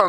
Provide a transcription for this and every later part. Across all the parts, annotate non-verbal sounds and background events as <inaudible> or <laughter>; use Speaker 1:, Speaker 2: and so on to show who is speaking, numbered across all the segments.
Speaker 1: For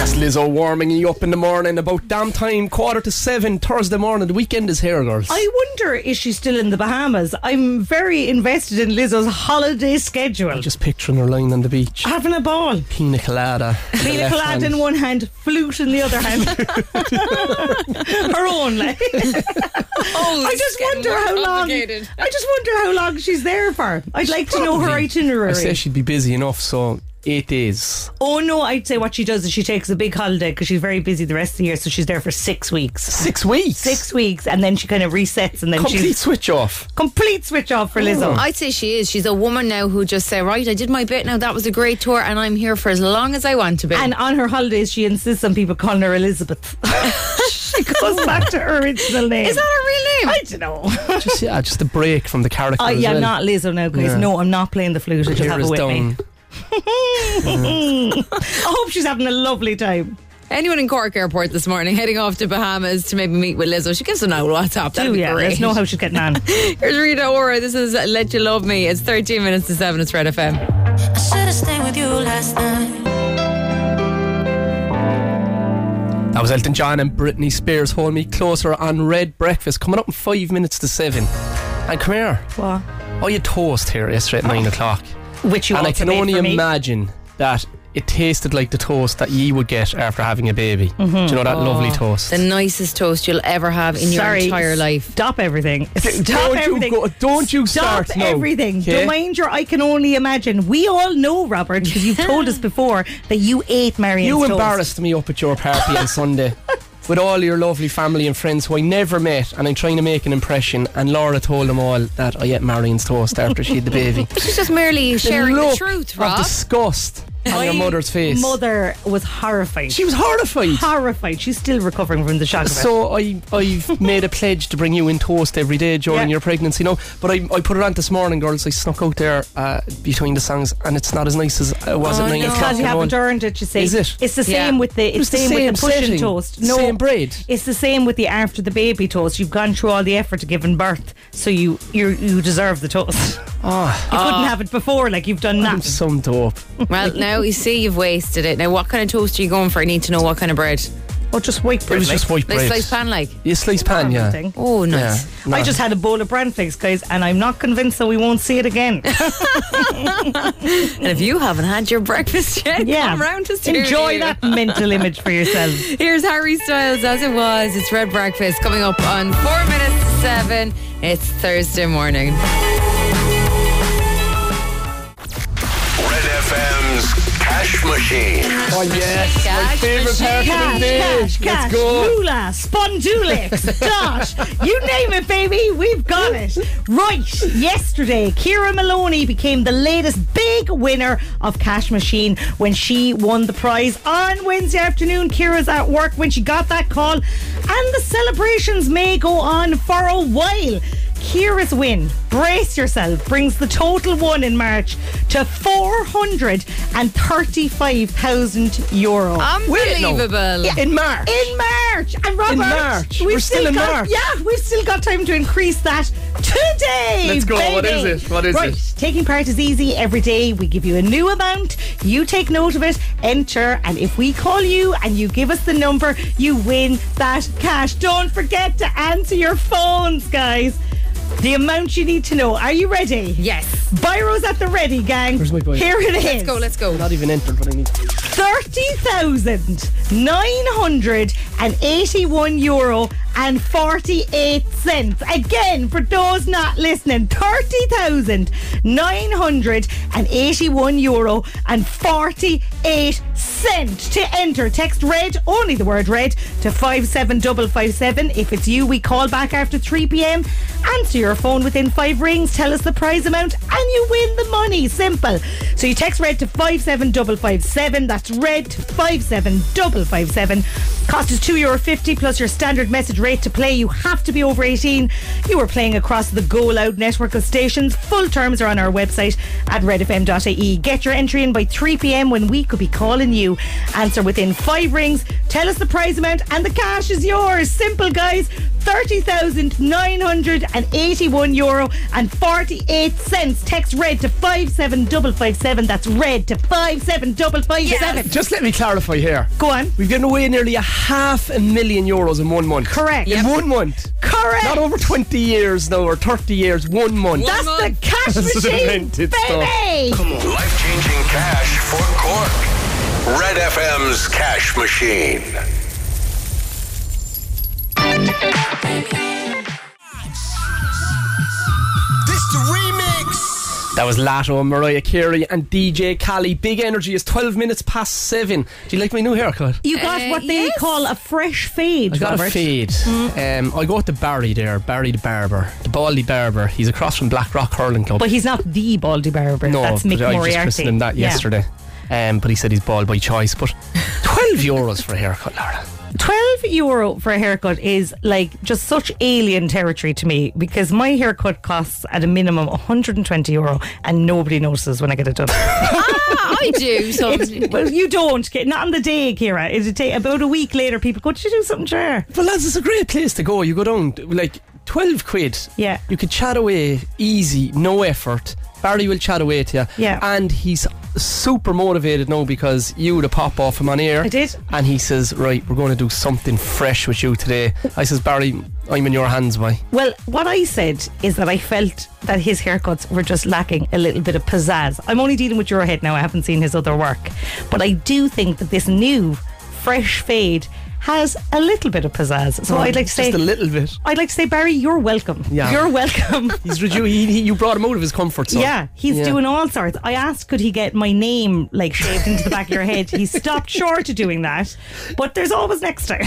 Speaker 2: That's Lizzo warming you up in the morning, about damn time, quarter to seven, Thursday morning. The weekend is here, girls.
Speaker 3: I wonder is she still in the Bahamas? I'm very invested in Lizzo's holiday schedule.
Speaker 2: Just picturing her lying on the beach,
Speaker 3: Having a ball.
Speaker 2: pina colada. in the
Speaker 3: Ah. Pina
Speaker 2: left
Speaker 3: colada in
Speaker 2: hand.
Speaker 3: one hand, flute in the other
Speaker 2: <laughs>
Speaker 3: hand. <laughs> Her own, like.
Speaker 4: Oh,
Speaker 3: I
Speaker 4: it's
Speaker 3: just
Speaker 4: getting
Speaker 3: wonder
Speaker 4: more
Speaker 3: how long.
Speaker 4: complicated.
Speaker 3: I just wonder how long she's there for. I'd like to know her
Speaker 2: Probably. I say
Speaker 3: itinerary.
Speaker 2: she'd be busy enough, so eight days,
Speaker 3: oh no, I'd say what she does is she takes a big holiday because she's very busy the rest of the year, so she's there for six weeks.
Speaker 2: six weeks,
Speaker 3: Six weeks, and then she kind of resets, and then
Speaker 2: complete
Speaker 3: she's <laughs>
Speaker 2: switch off.
Speaker 3: complete switch off for Lizzo.
Speaker 4: I'd say she is. She's a woman now who just say, right, I did my bit now. That was a great tour, and I'm here for as long as I want to be.
Speaker 3: And on her holidays, she insists on people calling her <laughs> Elizabeth. she goes back to her original name.
Speaker 4: is that her real name?
Speaker 3: I don't know.
Speaker 2: Just yeah, just a break from the character.
Speaker 3: Oh,
Speaker 2: as
Speaker 3: yeah,
Speaker 2: well.
Speaker 3: not Lizzo now, guys.
Speaker 2: Yeah.
Speaker 3: No, I'm not playing the flute. I just
Speaker 2: Here
Speaker 3: have it
Speaker 2: is
Speaker 3: with me.
Speaker 2: down.
Speaker 3: I hope she's having a lovely time.
Speaker 4: Anyone in Cork Airport this morning <laughs> heading off to Bahamas to maybe meet with Lizzo? She gives an old WhatsApp.
Speaker 3: Do
Speaker 4: That'd be
Speaker 3: Oh, yeah,
Speaker 4: great.
Speaker 3: let's know how she's getting on.
Speaker 4: Here's Rita Ora. This is Let You Love Me. It's 13 minutes to 7. It's Red FM.
Speaker 5: Should've stayed with you last night.
Speaker 2: That was Elton John and Britney Spears. Hold me closer on Red Breakfast. Coming up in five minutes to seven. And come here.
Speaker 3: <laughs> What?
Speaker 2: Oh, you toast here yesterday at nine o'clock.
Speaker 3: Which you
Speaker 2: and I
Speaker 3: also
Speaker 2: can
Speaker 3: made
Speaker 2: only
Speaker 3: for me.
Speaker 2: imagine that it tasted like the toast that ye would get after having a baby. Do
Speaker 3: Mm-hmm.
Speaker 2: you know that
Speaker 3: Oh,
Speaker 2: lovely toast?
Speaker 4: The nicest toast you'll ever have in
Speaker 3: Sorry,
Speaker 4: your entire life.
Speaker 3: Stop everything. Stop
Speaker 2: don't
Speaker 3: everything.
Speaker 2: you go, don't you
Speaker 3: Stop
Speaker 2: start now,
Speaker 3: everything.
Speaker 2: okay?
Speaker 3: Don't mind your I can only imagine. We all know, Robert, because you've told <laughs> us before that you ate Marion's
Speaker 2: You
Speaker 3: toast.
Speaker 2: embarrassed me up at your party on
Speaker 3: <laughs>
Speaker 2: Sunday with all your lovely family and friends who I never met, and I'm trying to make an impression. And Laura told them all that I ate Marion's toast after she had
Speaker 3: <laughs>
Speaker 2: the baby.
Speaker 4: She's just merely sharing
Speaker 2: look
Speaker 4: the truth, Rob.
Speaker 2: Of disgust on your
Speaker 3: My
Speaker 2: mother's face.
Speaker 3: Mother was horrified.
Speaker 2: She was horrified.
Speaker 3: horrified. She's still recovering from the shock of it.
Speaker 2: So I I've made a pledge to bring you in toast every day during
Speaker 3: Yeah.
Speaker 2: your pregnancy. No, but I, I put it on this morning, girls. I snuck out there uh, between the songs, and it's not as nice as it was
Speaker 4: Oh,
Speaker 2: at nine
Speaker 4: no. It's
Speaker 2: o'clock.
Speaker 3: Because you
Speaker 2: in the
Speaker 3: haven't
Speaker 2: morning.
Speaker 3: earned it, you see.
Speaker 2: Is it?
Speaker 3: It's the
Speaker 4: Yeah.
Speaker 3: same with the
Speaker 2: It
Speaker 3: it's
Speaker 2: was the
Speaker 3: same,
Speaker 2: same
Speaker 3: with the push
Speaker 2: setting,
Speaker 3: and toast.
Speaker 2: same bread.
Speaker 3: It's the same with the after the baby toast. You've gone through all the effort of giving birth, so you you you deserve the toast.
Speaker 2: Ah,
Speaker 3: You couldn't have it before, like you've done
Speaker 2: I'm
Speaker 3: that.
Speaker 2: some dope.
Speaker 4: well, now you see you've wasted it. Now, what kind of toast are you going for? I need to know what kind of bread.
Speaker 3: Oh, just white
Speaker 2: It
Speaker 3: bread.
Speaker 2: was
Speaker 3: like.
Speaker 2: just white
Speaker 4: Like
Speaker 2: bread.
Speaker 4: sliced pan, like.
Speaker 2: Yeah, sliced pan, yeah.
Speaker 3: Thing.
Speaker 4: Oh,
Speaker 2: Yeah,
Speaker 4: nice.
Speaker 2: no.
Speaker 3: I just had a bowl of bran flakes, guys, and I'm not convinced that we won't see it
Speaker 2: <laughs>
Speaker 3: again.
Speaker 4: And if you haven't had your breakfast yet,
Speaker 3: Yeah,
Speaker 4: come round to studio.
Speaker 3: enjoy that mental image for
Speaker 2: <laughs>
Speaker 3: yourselves.
Speaker 4: Here's Harry Styles as it was. It's Red Breakfast coming up on four minutes to seven. It's Thursday morning.
Speaker 6: Red FM's Cash Machine.
Speaker 2: Oh yes, my
Speaker 4: Cash
Speaker 2: favorite part of the
Speaker 3: Cash,
Speaker 2: day.
Speaker 3: cash,
Speaker 2: Let's
Speaker 3: cash,
Speaker 2: go.
Speaker 3: ruler, spondulics,
Speaker 2: <laughs>
Speaker 3: Josh, you name it, baby, we've got it. Right, yesterday, Kira Maloney became the latest big winner of Cash Machine when she won the prize on Wednesday afternoon. Kira's at work when she got that call, and the celebrations may go on for a while. Kira's win, brace yourself, brings the total won in March to 435,000 euro.
Speaker 2: Wait, no.
Speaker 4: Unbelievable.
Speaker 2: In March.
Speaker 3: In March. And Robert,
Speaker 2: In March. We're still in
Speaker 3: got,
Speaker 2: March.
Speaker 3: Yeah, we've still got time to increase that today.
Speaker 2: Let's go. What
Speaker 3: baby.
Speaker 2: is it? What is
Speaker 3: right.
Speaker 2: it?
Speaker 3: Taking part is easy every day. We give you a new amount. You take note of it, enter, and if we call you and you give us the number, you win that cash. Don't forget to answer your phones, guys. The amount you need to know. Are you ready?
Speaker 4: Yes.
Speaker 3: Byro's at the ready, gang.
Speaker 2: Where's my biro?
Speaker 3: Here it is.
Speaker 4: Let's go, let's go.
Speaker 2: Not even entered, but I need to.
Speaker 3: Thirty thousand nine hundred and eighty-one euro and forty-eight cents. Again, for those not listening, thirty thousand nine hundred and eighty-one euro and forty-eight cent to enter. Text red, only the word red, to five seven double five seven. If it's you, we call back after three pm. Answer your phone within five rings. Tell us the prize amount, and you win the money. Simple. So you text red to five seven double five seven. That's red to five seven double five seven. Cost is two euro fifty plus your standard message rate to play. You have to be over eighteen. You are playing across the Go Loud network of stations. Full terms are on our website at redfm.ie. Get your entry in by three pm when we could be calling you. Answer within five rings. Tell us the prize amount, and the cash is yours. Simple, guys. 30,981 euro and 48 cents. Text red to 57557. That's red to 57557.
Speaker 2: Just let me clarify here.
Speaker 3: Go on.
Speaker 2: We've given away nearly a half a million euros in one month.
Speaker 3: Correct.
Speaker 2: In
Speaker 3: Yep.
Speaker 2: one month.
Speaker 3: Correct.
Speaker 2: Not over 20 years now or 30 years, one month.
Speaker 3: That's the
Speaker 4: month.
Speaker 3: cash
Speaker 2: <laughs> That's
Speaker 3: machine,
Speaker 2: invented stuff.
Speaker 3: baby.
Speaker 6: Life changing cash for Cork. Red FM's cash machine.
Speaker 7: This the remix.
Speaker 2: That was Lato and Mariah Carey and DJ Cali. Big energy is 12 minutes past 7. Do you like my new haircut?
Speaker 3: You got
Speaker 4: Uh,
Speaker 3: what they
Speaker 4: yes.
Speaker 3: call a fresh fade.
Speaker 2: I got
Speaker 3: Robert.
Speaker 2: a fade.
Speaker 3: Mm.
Speaker 2: Um, I go with the Barry there, Barry the Barber, the Baldy Barber. He's across from Black Rock Hurling Club.
Speaker 3: But he's not the Baldy Barber.
Speaker 2: no,
Speaker 3: That's
Speaker 2: but
Speaker 3: Mick
Speaker 2: I
Speaker 3: Moriarty.
Speaker 2: just christened him that
Speaker 3: Yeah.
Speaker 2: yesterday. Um, but he said he's bald by choice. But 12 euros for a haircut, Laura.
Speaker 3: 12 euro for a haircut is like just such alien territory to me because my haircut costs at a minimum 120 euro and nobody notices when I get it done.
Speaker 4: Ah, I
Speaker 2: <laughs>
Speaker 4: do. So
Speaker 3: It's- well, you don't. get Not on the day, Kira. It'll take about a week later. People go, Did you do something to your hair?"
Speaker 2: Well, lads, it's a great place to go. You go down, like, 12 quid.
Speaker 3: Yeah.
Speaker 2: You could chat away easy, no effort. Barry will chat away to you.
Speaker 3: Yeah.
Speaker 2: And he's super motivated now because you would have pop off him on air.
Speaker 3: I did.
Speaker 2: And he says, Right, we're going to do something fresh with you today. I says, Barry, I'm in your hands, boy.
Speaker 3: Well, what I said is that I felt that his haircuts were just lacking a little bit of pizzazz. I'm only dealing with your head now. I haven't seen his other work. But I do think that this new fresh fade has a little bit of pizzazz. So I'd like to say
Speaker 2: Just a little bit.
Speaker 3: I'd like to say, Barry, you're welcome.
Speaker 2: Yeah.
Speaker 3: You're welcome.
Speaker 2: <laughs> He's reju- he, he, you brought him out of his comfort zone.
Speaker 3: <laughs> Yeah, he's
Speaker 2: Yeah.
Speaker 3: doing all sorts. I asked, could he get my name like shaved into the back of your head? He
Speaker 2: <laughs>
Speaker 3: stopped short of doing that, but there's always next time.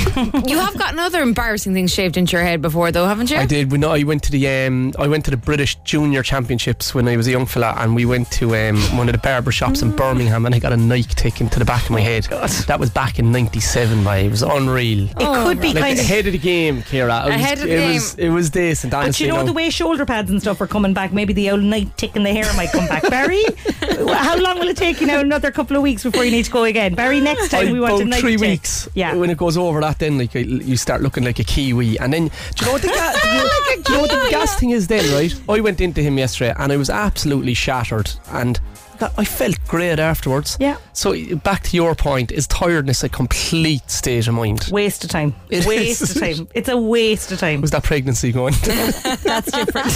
Speaker 3: <laughs>
Speaker 4: you have gotten other embarrassing things shaved into your head before, though, haven't you?
Speaker 2: I did. When I went to the um, I went to the British Junior Championships when I was a young fella, and we went to um, one of the barber shops in Birmingham, and I got a Nike taken to the back of my head. That was back in '97. By it was unreal.
Speaker 3: It could be
Speaker 2: Like
Speaker 3: kind of.
Speaker 2: ahead of the game, Kira. It was,
Speaker 4: Ahead of the
Speaker 2: it
Speaker 4: game.
Speaker 2: was it was decent.
Speaker 3: But
Speaker 2: Honestly,
Speaker 3: you know
Speaker 2: no.
Speaker 3: the way shoulder pads and stuff are coming back. Maybe the old night tick in the hair might come back. Barry, <laughs> how long will it take you now? Another couple of weeks before you need to go again. Barry, next time we want a
Speaker 2: about
Speaker 3: night
Speaker 2: three
Speaker 3: tick.
Speaker 2: weeks.
Speaker 3: Yeah.
Speaker 2: When it goes over that, then like you- you start looking like a kiwi, and then do you know what the, ga- do you know- do you know what
Speaker 3: <laughs>
Speaker 2: the gas thing is? Then right, I went into him yesterday, and I was absolutely shattered, and God, I felt great afterwards.
Speaker 3: Yeah.
Speaker 2: So back to your point, is tiredness a complete state of mind?
Speaker 3: Waste of time.
Speaker 2: It
Speaker 3: waste
Speaker 2: is.
Speaker 3: of time. It's a waste of
Speaker 2: <laughs>
Speaker 3: time.
Speaker 2: Was that
Speaker 4: <laughs>
Speaker 2: pregnancy going?
Speaker 3: That's different.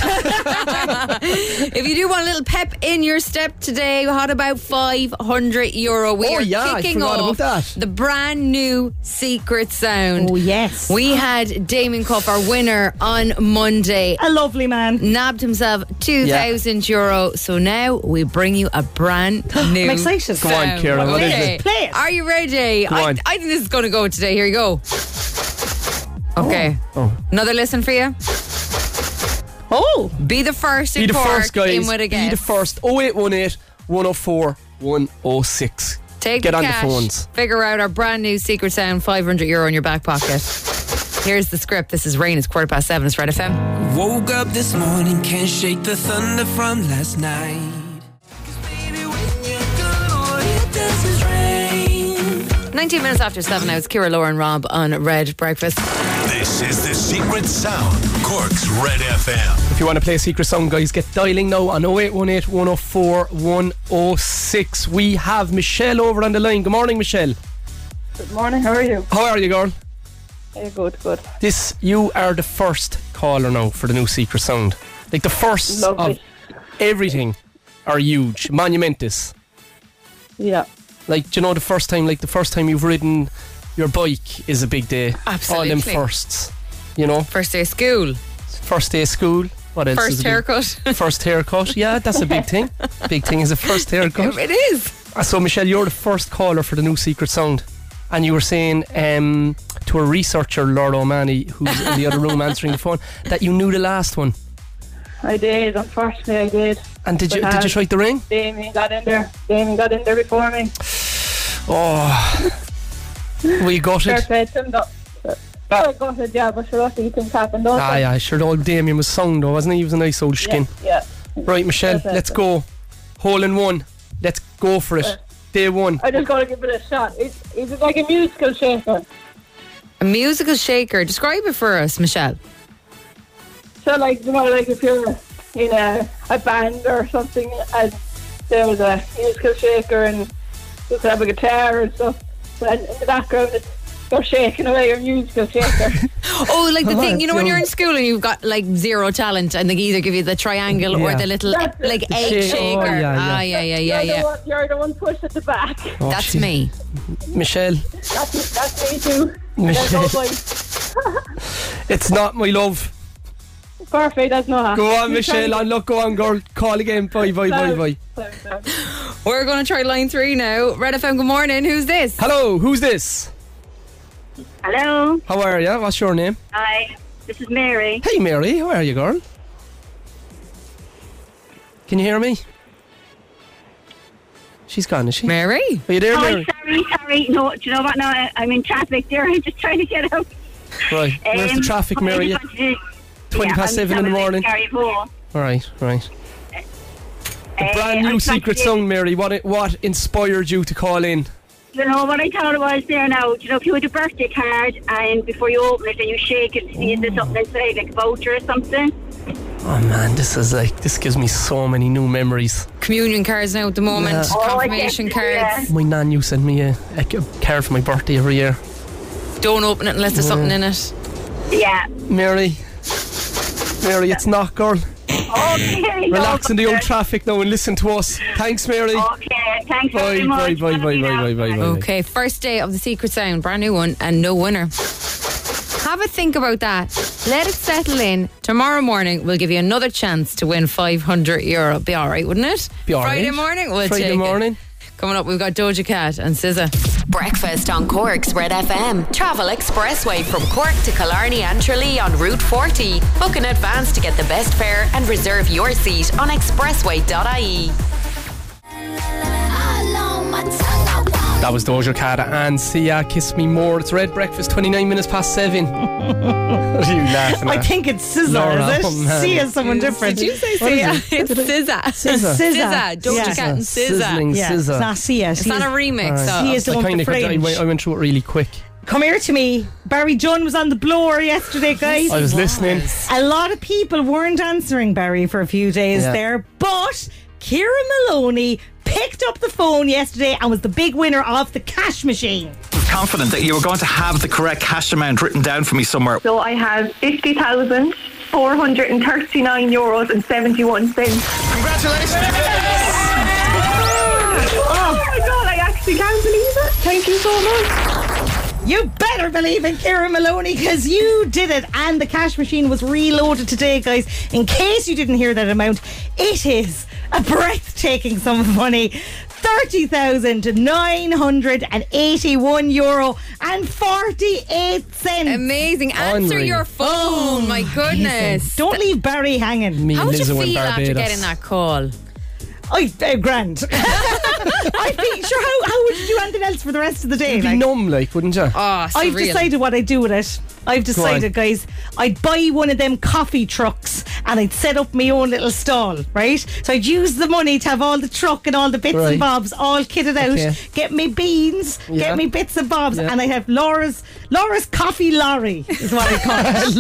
Speaker 4: If you do want a little pep in your step today, hot about 500 euro. We
Speaker 2: Oh,
Speaker 4: are
Speaker 2: yeah, I
Speaker 4: kicking
Speaker 2: forgot
Speaker 4: off
Speaker 2: about that.
Speaker 4: the brand new Secret Sound.
Speaker 3: Oh, yes.
Speaker 4: We had Damon Cup, our winner, on Monday.
Speaker 3: a lovely man.
Speaker 4: Nabbed himself 2,000 euro. So now we bring you a brand
Speaker 2: <gasps>
Speaker 4: new.
Speaker 3: I'm excited.
Speaker 2: Come on,
Speaker 4: sound.
Speaker 2: Ciara, what is
Speaker 4: Okay.
Speaker 2: it?
Speaker 3: Play it.
Speaker 4: Are you ready? I,
Speaker 2: on.
Speaker 4: I think this is going to go today. Here you go. Okay.
Speaker 2: Oh.
Speaker 4: Another lesson for you.
Speaker 3: Oh.
Speaker 4: Be the first
Speaker 2: Be
Speaker 4: in
Speaker 2: the
Speaker 4: Cork,
Speaker 2: first,
Speaker 4: in
Speaker 2: guys.
Speaker 4: with a
Speaker 2: Be the
Speaker 4: guess.
Speaker 2: first. 0818 104 106.
Speaker 4: Take
Speaker 2: Get
Speaker 4: the
Speaker 2: on
Speaker 4: cash,
Speaker 2: the phones.
Speaker 4: Figure out our brand new secret sound, 500 euro in your back pocket. Here's the script. This is Rain. It's quarter past seven. It's Red FM.
Speaker 7: Woke up this morning, can't shake the thunder from last night.
Speaker 5: This is rain.
Speaker 4: 19 minutes after seven. Now it's Kira, Laura, and Rob on Red Breakfast.
Speaker 6: This is the secret sound. Cork's Red FM.
Speaker 2: If you want to play a secret song, guys, get dialing now on 0818 104 106. We have Michelle over on the line. Good morning, Michelle.
Speaker 8: Good morning, how are you?
Speaker 2: How are you, girl?
Speaker 8: Yeah, good, good.
Speaker 2: This you are the first caller now for the new secret sound. Like the first
Speaker 8: Lovely.
Speaker 2: of everything are huge, monumentous.
Speaker 8: Yeah.
Speaker 2: Like do you know the first time, like the first time you've ridden your bike is a big day. All them
Speaker 4: Absolutely.
Speaker 2: firsts. You know,
Speaker 4: First day of school.
Speaker 2: first day of school. What else? is
Speaker 4: First
Speaker 2: a big-
Speaker 4: haircut.
Speaker 2: First haircut. Yeah, that's a
Speaker 4: <laughs>
Speaker 2: big thing. Big thing is a first haircut.
Speaker 4: it is.
Speaker 2: Uh, So, Michelle, you're the first caller for the new Secret Sound. And you were saying um, to a researcher, Lord O'Mani, who's in the other room answering the phone, that you knew the last one.
Speaker 8: I did, unfortunately I did.
Speaker 2: And did you
Speaker 8: But, uh,
Speaker 2: did you strike the ring?
Speaker 8: Damien got in there. Damien got in there before me.
Speaker 2: Oh,
Speaker 8: uh,
Speaker 2: <laughs> we got
Speaker 8: Fair
Speaker 2: it.
Speaker 8: play to him though.
Speaker 2: Ah.
Speaker 8: Well, I got it, yeah, but sure lucky things happen, don't
Speaker 2: Aye, aye, sure. Old Damien was sung though, wasn't he? He was a nice old
Speaker 8: they?
Speaker 2: Ah, skin.
Speaker 8: Yeah. yeah.
Speaker 2: Right, Michelle,
Speaker 8: Perfect.
Speaker 2: let's go. Hole in one. Let's go for it. Day one.
Speaker 8: I just gotta give it a shot. Is, is it like a musical shaker?
Speaker 4: A musical shaker. Describe it for us, Michelle.
Speaker 8: So like, you know, like if you're in a, a band or something, and there was a musical shaker and you could have a guitar and stuff, and in the background it's, you're shaking away your musical
Speaker 2: <laughs>
Speaker 8: shaker.
Speaker 4: Oh, like the
Speaker 2: Come
Speaker 4: thing,
Speaker 2: on,
Speaker 4: you know, when
Speaker 2: Joe.
Speaker 4: you're in school and you've got like zero talent and they either give you the triangle or
Speaker 2: Yeah.
Speaker 4: the little
Speaker 8: That's it.
Speaker 4: like
Speaker 8: The
Speaker 4: egg
Speaker 2: shape.
Speaker 4: shaker.
Speaker 2: Oh, yeah, yeah.
Speaker 4: Ah, yeah, yeah, yeah,
Speaker 8: you're, The
Speaker 4: yeah.
Speaker 8: one, you're the one pushed at the back.
Speaker 2: Oh,
Speaker 4: That's
Speaker 2: jeez.
Speaker 4: me.
Speaker 2: Michelle.
Speaker 8: That's, that's me too. That's all
Speaker 2: Michelle.
Speaker 8: my
Speaker 2: It's not my love.
Speaker 8: Perfect, that's not
Speaker 2: Go on, Michelle. On look, go on, girl. Call again. Bye, bye, bye, bye.
Speaker 4: We're going to try line three now. Red FM, good morning. Who's this?
Speaker 2: Hello, who's this?
Speaker 9: Hello.
Speaker 2: How are you? What's your name?
Speaker 9: Hi. This is Mary.
Speaker 2: Hey, Mary. How are you, girl? Can you hear me? She's gone, is she?
Speaker 4: Mary.
Speaker 2: Are you there,
Speaker 9: Oh,
Speaker 2: Mary?
Speaker 9: sorry, sorry. No, do you know what? No, I, I'm in traffic there. <laughs> I'm just trying to get out.
Speaker 2: Right. Where's the
Speaker 9: Um,
Speaker 2: traffic,
Speaker 9: I
Speaker 2: Mary?
Speaker 9: just wanted to-
Speaker 2: 20 past
Speaker 9: I'm
Speaker 2: seven in the
Speaker 9: Samuel
Speaker 2: morning.
Speaker 9: Gary Moore.
Speaker 2: All right, right. The
Speaker 9: Uh,
Speaker 2: brand new
Speaker 9: I just wanted
Speaker 2: secret
Speaker 9: to-
Speaker 2: song, Mary. What it, what inspired you to call in?
Speaker 9: You know what I thought it was there now? Do you know, if you had a birthday card and before you open it and you shake it to see if there's something inside, like a voucher or something.
Speaker 2: Oh man, this is like this gives me so many new memories.
Speaker 4: Communion cards now at the moment.
Speaker 2: Yeah.
Speaker 9: Oh, I
Speaker 4: Confirmation
Speaker 9: guess,
Speaker 4: cards.
Speaker 2: My nan used to send me a, a c- card for my birthday every year.
Speaker 4: Don't open it unless there's something in it.
Speaker 9: Yeah.
Speaker 2: Mary, Mary, it's not girl.
Speaker 9: Okay. Oh,
Speaker 2: Relax
Speaker 9: no,
Speaker 2: in the old
Speaker 9: but-
Speaker 2: traffic now and listen to us. Thanks, Mary.
Speaker 9: Okay. Thanks
Speaker 2: Bye,
Speaker 9: very much.
Speaker 2: bye, bye,
Speaker 9: Have a
Speaker 2: bye,
Speaker 9: good
Speaker 2: bye, bye, bye,
Speaker 9: afternoon.
Speaker 2: bye.
Speaker 4: Okay, first day of the Secret Sound, brand new one, and no winner. Have a think about that. Let it settle in. Tomorrow morning, we'll give you another chance to win 500 euro. Be all right, wouldn't it?
Speaker 2: Be all
Speaker 4: Friday
Speaker 2: right.
Speaker 4: morning, we'll
Speaker 2: Friday
Speaker 4: take it.
Speaker 2: morning.
Speaker 4: Coming up, we've got Doja Cat and SZA.
Speaker 1: Breakfast on Cork's Red FM. Travel expressway from Cork to Killarney and Tralee on Route 40. Book in advance to get the best fare and reserve your seat on expressway.ie.
Speaker 2: That was Doja Cat and Sia. Kiss me more. It's Red Breakfast. Twenty nine minutes
Speaker 4: <laughs>
Speaker 2: past seven. what are you laughing
Speaker 3: I
Speaker 2: at?
Speaker 3: think it's Scissor,
Speaker 2: Laura,
Speaker 3: <laughs> is it?
Speaker 2: oh, man.
Speaker 3: See is someone different.
Speaker 4: Did you say
Speaker 2: What is
Speaker 4: SZA? It's <laughs> SZA.
Speaker 2: SZA.
Speaker 4: SZA. Doja
Speaker 3: Yeah.
Speaker 4: Cat and SZA.
Speaker 2: Sizzling
Speaker 3: Yeah, it's
Speaker 2: scissor.
Speaker 3: not Sia.
Speaker 4: It's not a remix.
Speaker 2: Alright.
Speaker 4: of-
Speaker 3: She is the
Speaker 2: I
Speaker 3: one with
Speaker 2: kinda
Speaker 3: the
Speaker 2: got- I
Speaker 3: fringe.
Speaker 2: went- I went through it really quick.
Speaker 3: Come here to me. Barry John was on the blower yesterday, guys.
Speaker 2: I was listening.
Speaker 3: A lot of people weren't answering Barry for a few days
Speaker 2: Yeah.
Speaker 3: there, but Kira Maloney picked up the phone yesterday and was the big winner of the cash machine.
Speaker 10: confident that you were going to have the correct cash amount written down for me somewhere.
Speaker 8: So I have 50,439 euros and 71 cents.
Speaker 10: Congratulations!
Speaker 8: Oh my god, I actually can't believe it. Thank you so much.
Speaker 3: You better believe in Kira Maloney because you did it. And the cash machine was reloaded today, guys. In case you didn't hear that amount, it is a breathtaking sum of money. 30,981 euro and 48 cents.
Speaker 4: Amazing. Answer
Speaker 2: Unreal.
Speaker 4: your phone. my goodness.
Speaker 3: Don't leave Barry hanging.
Speaker 2: Me
Speaker 4: How
Speaker 2: and
Speaker 4: would you
Speaker 2: Lizzo in
Speaker 4: feel after
Speaker 2: Barbados.
Speaker 4: getting that call?
Speaker 3: I uh, grand. <laughs> I think sure. How, how would you do anything else for the rest of the day?
Speaker 2: You'd be
Speaker 3: like?
Speaker 2: numb, like, wouldn't you?
Speaker 4: Oh,
Speaker 3: I've
Speaker 4: surreal.
Speaker 3: decided what I do with it. I've decided, guys, I'd buy one of them coffee trucks and I'd set up my own little stall, right? So I'd use the money to have all the truck and all the bits
Speaker 2: Right.
Speaker 3: and bobs all kitted out,
Speaker 2: Okay.
Speaker 3: get me beans,
Speaker 2: Yeah.
Speaker 3: get me bits and bobs,
Speaker 2: Yeah.
Speaker 3: and I have Laura's Laura's coffee lorry is what I
Speaker 2: <laughs>
Speaker 3: call it.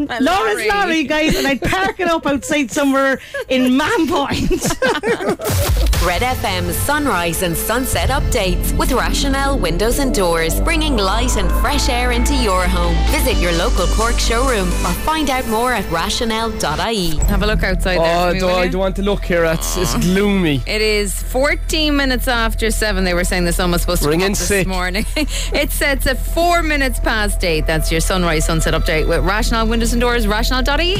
Speaker 2: <laughs>
Speaker 4: <laughs>
Speaker 3: Laura's
Speaker 2: Laurie.
Speaker 3: lorry, guys, and I'd park it up outside somewhere in Man Point. <laughs>
Speaker 1: Red FM sunrise and sunset updates with Rationale Windows and Doors, bringing light and fresh air into your home. Visit your local Cork showroom or find out more at rationale.ie.
Speaker 4: Have a look outside there.
Speaker 2: Oh,
Speaker 4: for me,
Speaker 2: do
Speaker 4: will
Speaker 2: I
Speaker 4: you?
Speaker 2: do want to look here? It's, it's
Speaker 4: Oh.
Speaker 2: gloomy.
Speaker 4: It is 14 minutes after 7. They were saying the sun was supposed to
Speaker 2: Ring
Speaker 4: come
Speaker 2: in
Speaker 4: up this
Speaker 2: sick.
Speaker 4: morning. <laughs> it sets at 4 minutes past 8. That's your sunrise sunset update with Rational Windows and Doors, rational.ie.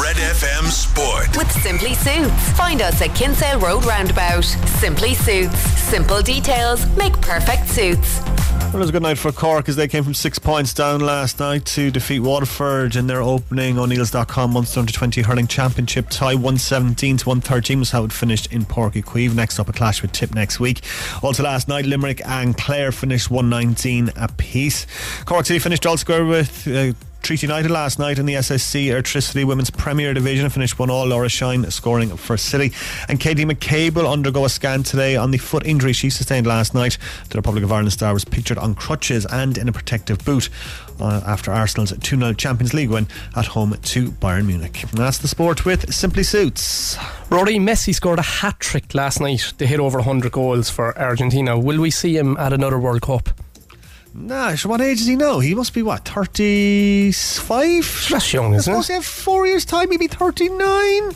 Speaker 6: Red FM Sport.
Speaker 1: With Simply Suits, find us at Kinsale Road Roundabout. Simply Suits, simple details make
Speaker 4: Oh,
Speaker 1: perfect suits.
Speaker 11: Well, it was a good night for Cork as they came from six points down last night to defeat Waterford in their opening O'Neill's.com Munster Under 20 Hurling Championship tie 117 to 113 was how it finished in Porky Queeve. Next up, a clash with Tip next week. Also, last night, Limerick and Clare finished 119 apiece. Cork City finished all square with. Uh, Treaty United last night in the SSC Electricity Women's Premier Division finished 1 all. Laura Shine scoring for City. And Katie McCabe will undergo a scan today on the foot injury she sustained last night. The Republic of Ireland star was pictured on crutches and in a protective boot uh, after Arsenal's 2 0 Champions League win at home to Bayern Munich. And that's the sport with Simply Suits.
Speaker 2: Rory Messi scored a hat trick last night to hit over 100 goals for Argentina. Will we see him at another World Cup?
Speaker 11: Nah, so what age is he now? He must be what, 35?
Speaker 2: That's young, isn't
Speaker 11: I
Speaker 2: it?
Speaker 11: suppose in four years' time, he'd be 39.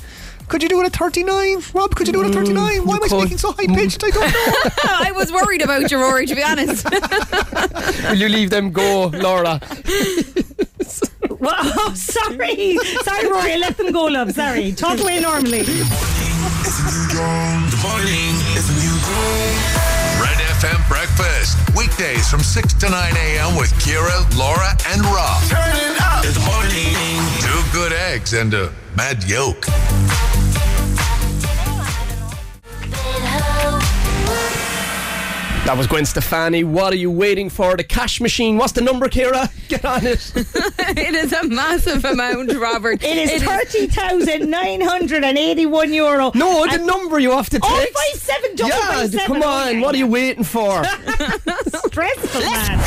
Speaker 11: Could you do it at 39? Rob, could you do it at
Speaker 2: Mm,
Speaker 11: 39? Why am I speaking so high pitched? I don't know.
Speaker 4: I was worried about you, Rory, to be
Speaker 1: <laughs>
Speaker 4: honest. <laughs>
Speaker 2: Will you leave them go, Laura?
Speaker 3: Well, oh, sorry. Sorry, Rory. I let them go, love. Sorry. Talk away normally.
Speaker 6: The morning is a new day. Red FM Breakfast. Weekdays from 6 to 9 a.m. with Kira, Laura, and Rob. Turn it up. It's morning. Two good eggs and a mad yolk.
Speaker 2: That was Gwen Stefani. What are you waiting for? The cash machine. What's the number, Kira? Get on it.
Speaker 4: it is a massive amount, Robert.
Speaker 3: It is thirty thousand nine hundred and eighty-one euro.
Speaker 2: No, the number you have to take.
Speaker 3: Oh, five seven double
Speaker 2: yeah,
Speaker 3: five seven.
Speaker 2: come
Speaker 3: Oh,
Speaker 2: on.
Speaker 3: yeah,
Speaker 2: What are you
Speaker 3: <laughs>
Speaker 2: waiting for?
Speaker 3: <laughs> Stressful, man.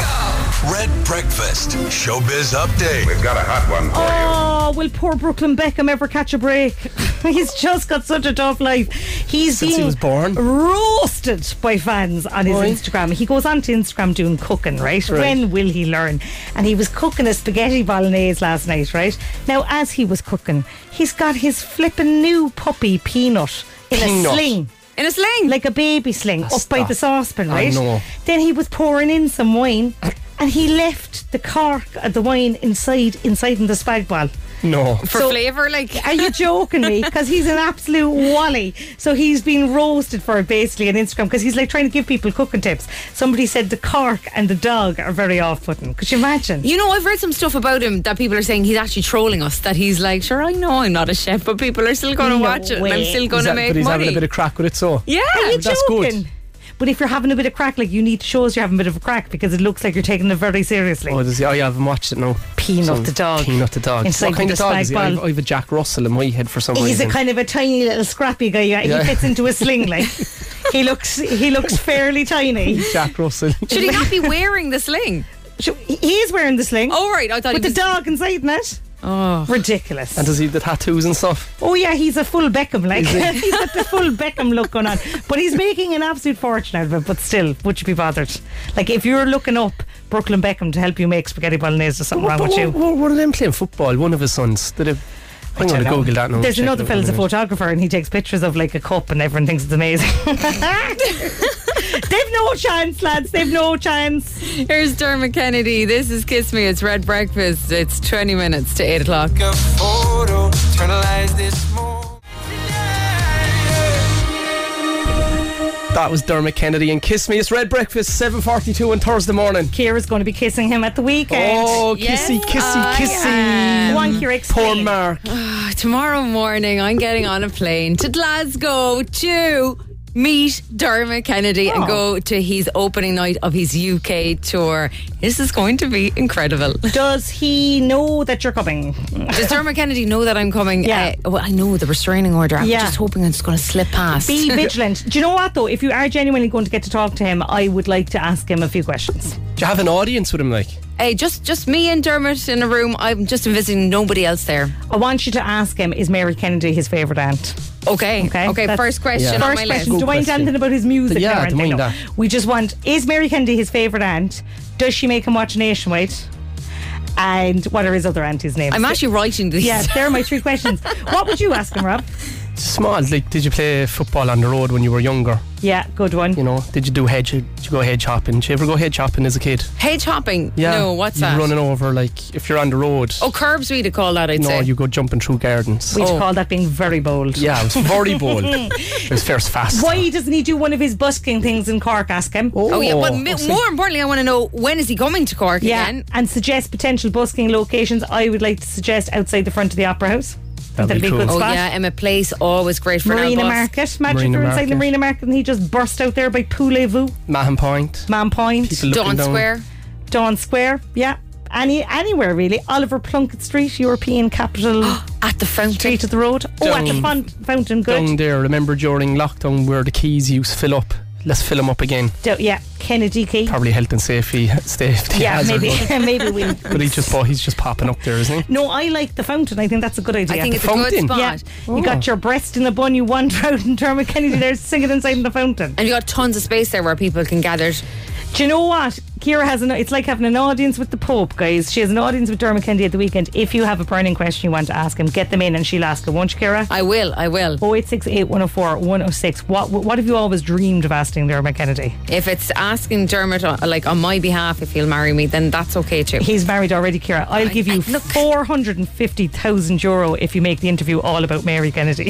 Speaker 6: Red Breakfast. Showbiz update. We've got a hot one for
Speaker 3: Oh, will poor Brooklyn Beckham ever catch a break? <laughs> He's just got such a tough life. He's
Speaker 2: Since he
Speaker 3: being
Speaker 2: was born.
Speaker 3: roasted by fans on his
Speaker 2: Why?
Speaker 3: Instagram. He goes on to Instagram doing cooking, right?
Speaker 2: Right.
Speaker 3: When will he learn? And he was cooking a spaghetti bolognese last night, right? Now, as he was cooking, he's got his flippin' new puppy Peanut in
Speaker 2: Peanut.
Speaker 3: a sling.
Speaker 4: In a sling?
Speaker 3: Like a baby sling, up by
Speaker 2: Stop.
Speaker 3: the saucepan,
Speaker 2: I
Speaker 3: right?
Speaker 2: know.
Speaker 3: Then he was pouring in some wine and he left the cork of the wine inside inside in the spag ball.
Speaker 2: No.
Speaker 4: For
Speaker 3: So-
Speaker 4: flavour, like.
Speaker 3: Are you joking
Speaker 2: <laughs>
Speaker 3: me? Because he's an absolute wally. So he's been roasted for it basically on Instagram because he's like trying to give people cooking tips. Somebody said the cork and the dog are very off putting. Could you imagine?
Speaker 4: You know, I've read some stuff about him that people are saying he's actually trolling us. That he's like, sure, I know I'm not a chef, but people are still going to
Speaker 3: No
Speaker 4: watch it, and I'm
Speaker 3: way.
Speaker 4: still going to
Speaker 2: He's ha-
Speaker 4: make
Speaker 2: but he's
Speaker 4: money.
Speaker 2: having a bit of crack with it, so.
Speaker 4: yeah,
Speaker 3: Are you
Speaker 2: <laughs> that's
Speaker 3: joking?
Speaker 2: good.
Speaker 3: But if you're having a bit of crack, like you need to show us you're having a bit of a crack because it looks like you're taking it very seriously.
Speaker 2: Oh, does he? Oh, yeah, I haven't watched it now.
Speaker 3: Peanut the dog.
Speaker 2: Peanut the dog.
Speaker 3: Inside
Speaker 2: what kind of
Speaker 3: with a
Speaker 2: dog is
Speaker 3: spike
Speaker 2: he? I have,
Speaker 3: ball.
Speaker 2: I have a Jack Russell in my head for some
Speaker 3: He's
Speaker 2: reason.
Speaker 3: a kind of a tiny little scrappy guy. yeah.
Speaker 2: Yeah.
Speaker 3: He fits into a sling
Speaker 2: <laughs>
Speaker 3: like. He looks he looks fairly tiny.
Speaker 2: Jack
Speaker 3: <laughs>
Speaker 2: Russell.
Speaker 4: Should he not be wearing the sling?
Speaker 3: So He is wearing the sling
Speaker 4: Oh, right. I thought
Speaker 3: with
Speaker 4: he
Speaker 3: the
Speaker 4: was.
Speaker 3: dog inside in it.
Speaker 4: oh.
Speaker 3: Ridiculous.
Speaker 2: and does he have the tattoos and stuff?
Speaker 3: Oh yeah, he's a full Beckham like.
Speaker 2: Is he?
Speaker 3: <laughs> he's got the full Beckham look going on. But he's making an absolute fortune out of it. But still, would you be bothered? Like if you're looking up Brooklyn Beckham to help you make spaghetti bolognese, there's something wrong
Speaker 2: But
Speaker 3: with
Speaker 2: what,
Speaker 3: you.
Speaker 2: what, what are them playing football? One of his sons. Did it? I'm going to Google that now. and
Speaker 3: There's
Speaker 2: check
Speaker 3: another
Speaker 2: it out.
Speaker 3: fella's a photographer and he takes pictures of like a cup and everyone thinks it's amazing. <laughs> They've no chance, lads. They've no chance.
Speaker 4: Here's Dermot Kennedy. This is Kiss Me. It's Red Breakfast. It's 20 minutes to 8 o'clock.
Speaker 7: A photo, internalize this more.
Speaker 2: That was Dermot Kennedy and Kiss Me. It's Red Breakfast, 7.42 on Thursday morning.
Speaker 3: Kira's going to be kissing him at the weekend.
Speaker 2: Oh,
Speaker 4: Yes,
Speaker 2: kissy, kissy,
Speaker 4: I
Speaker 2: kissy.
Speaker 4: am.
Speaker 3: One Kira
Speaker 2: Poor
Speaker 3: explain.
Speaker 2: Mark.
Speaker 4: Tomorrow morning, I'm getting on a plane to Glasgow to meet Dermot Kennedy and
Speaker 3: Oh.
Speaker 4: go to his opening night of his UK tour. This is going to be
Speaker 3: <laughs>
Speaker 4: incredible.
Speaker 3: Does he know that you're coming?
Speaker 4: Does Dermot Kennedy know that I'm coming?
Speaker 3: Yeah.
Speaker 4: Uh, well, I know the restraining order. I'm
Speaker 3: Yeah.
Speaker 4: just hoping it's going to slip past.
Speaker 2: <laughs>
Speaker 3: Be vigilant. Do you know what though? If you are genuinely going to get to talk to him, I would like to ask him a few questions.
Speaker 2: Do you have an audience with him, like?
Speaker 4: Hey, just just me and Dermot in a room. I'm just envisaging nobody else there.
Speaker 3: I want you to ask him: Is Mary Kennedy his favourite aunt?
Speaker 4: Okay.
Speaker 3: Okay, that's-
Speaker 4: first question
Speaker 2: Yeah.
Speaker 4: on
Speaker 3: First
Speaker 4: my
Speaker 3: question:
Speaker 4: list.
Speaker 3: Do I
Speaker 2: Good
Speaker 3: need
Speaker 2: question.
Speaker 3: anything about his music? now
Speaker 2: Yeah,
Speaker 3: or
Speaker 2: don't
Speaker 3: anything?
Speaker 2: mind
Speaker 3: No.
Speaker 2: that.
Speaker 3: We just want: Is Mary Kennedy his favourite aunt? Does she make him watch Nationwide? And what are his other aunties' names?
Speaker 4: I'm actually writing these.
Speaker 3: yeah, there are my three questions. What would you ask him, Rob?
Speaker 2: Small. Like, did you play football on the road when you were younger?
Speaker 3: Yeah, good one.
Speaker 2: You know, did you do hedge? Did you go hedge hopping? Did you ever go hedge hopping as a kid?
Speaker 4: <laughs> Hedge hopping.
Speaker 2: Yeah.
Speaker 4: No, what's
Speaker 2: You're
Speaker 4: that?
Speaker 2: Running over, like, if you're on the road.
Speaker 4: Oh, curbs we'd call that, I'd
Speaker 2: no,
Speaker 4: say.
Speaker 2: you go jumping through gardens.
Speaker 3: We'd
Speaker 4: Oh.
Speaker 3: call that being very bold.
Speaker 2: Yeah, it was very bold. it was first fast.
Speaker 3: Why doesn't he do one of his busking things in Cork? Ask him.
Speaker 4: Oh, yeah, but mi- more importantly, I want to know when is he coming to Cork
Speaker 3: Yeah,
Speaker 4: again?
Speaker 3: and suggest potential busking locations. I would like to suggest outside the front of the Opera House.
Speaker 2: That'd be
Speaker 3: a
Speaker 2: cool.
Speaker 3: good
Speaker 4: Oh
Speaker 3: spot.
Speaker 4: yeah, Emma Place always great for
Speaker 3: Marina
Speaker 4: an elbow.
Speaker 3: Market. Imagine
Speaker 2: Marina
Speaker 3: if you're inside the
Speaker 2: Market.
Speaker 3: Marina Market and he just burst out there by Poulet Vous,
Speaker 2: Mahon Point.
Speaker 3: Man Point,
Speaker 2: People looking
Speaker 4: Dawn
Speaker 2: down.
Speaker 4: Square.
Speaker 3: Dawn Square. Yeah. Any anywhere really. Oliver Plunkett Street, European capital.
Speaker 4: at the fountain.
Speaker 3: Street of the road. Oh, at the
Speaker 2: Down-
Speaker 3: font, fountain. Good.
Speaker 2: Down there, remember during lockdown where the keys used to fill up? Let's fill them up again.
Speaker 3: Do- yeah, Kennedy Key.
Speaker 2: Probably health and safety, safety
Speaker 3: Yeah,
Speaker 2: hazard,
Speaker 3: maybe <laughs>
Speaker 2: <laughs> But,
Speaker 3: maybe we.
Speaker 2: but he just, he's just popping up there, isn't he?
Speaker 3: No, I like the fountain. I think that's a good idea.
Speaker 2: I think The it's a good fountain? spot.
Speaker 3: Yeah.
Speaker 2: Oh.
Speaker 3: You got your breast in a bun, you wander out in Dermot Kennedy there singing inside the fountain.
Speaker 4: And you got tons of space there where people can gather.
Speaker 3: Do you know what? Kira has an it's like having an audience with the Pope, guys. She has an audience with Dermot Kennedy at the weekend. If you have a burning question you want to ask him, get them in and she'll ask him, won't you, Kira? Oh,
Speaker 4: I will, I will.
Speaker 3: 0868 104 106. What what have you always dreamed of asking Dermot Kennedy?
Speaker 4: If it's asking Dermot, uh, like on my behalf, if he'll marry me, then that's okay too.
Speaker 3: He's married already, Kira. I'll give you 450,000 euro if you make the interview all about Mary Kennedy.
Speaker 4: <laughs>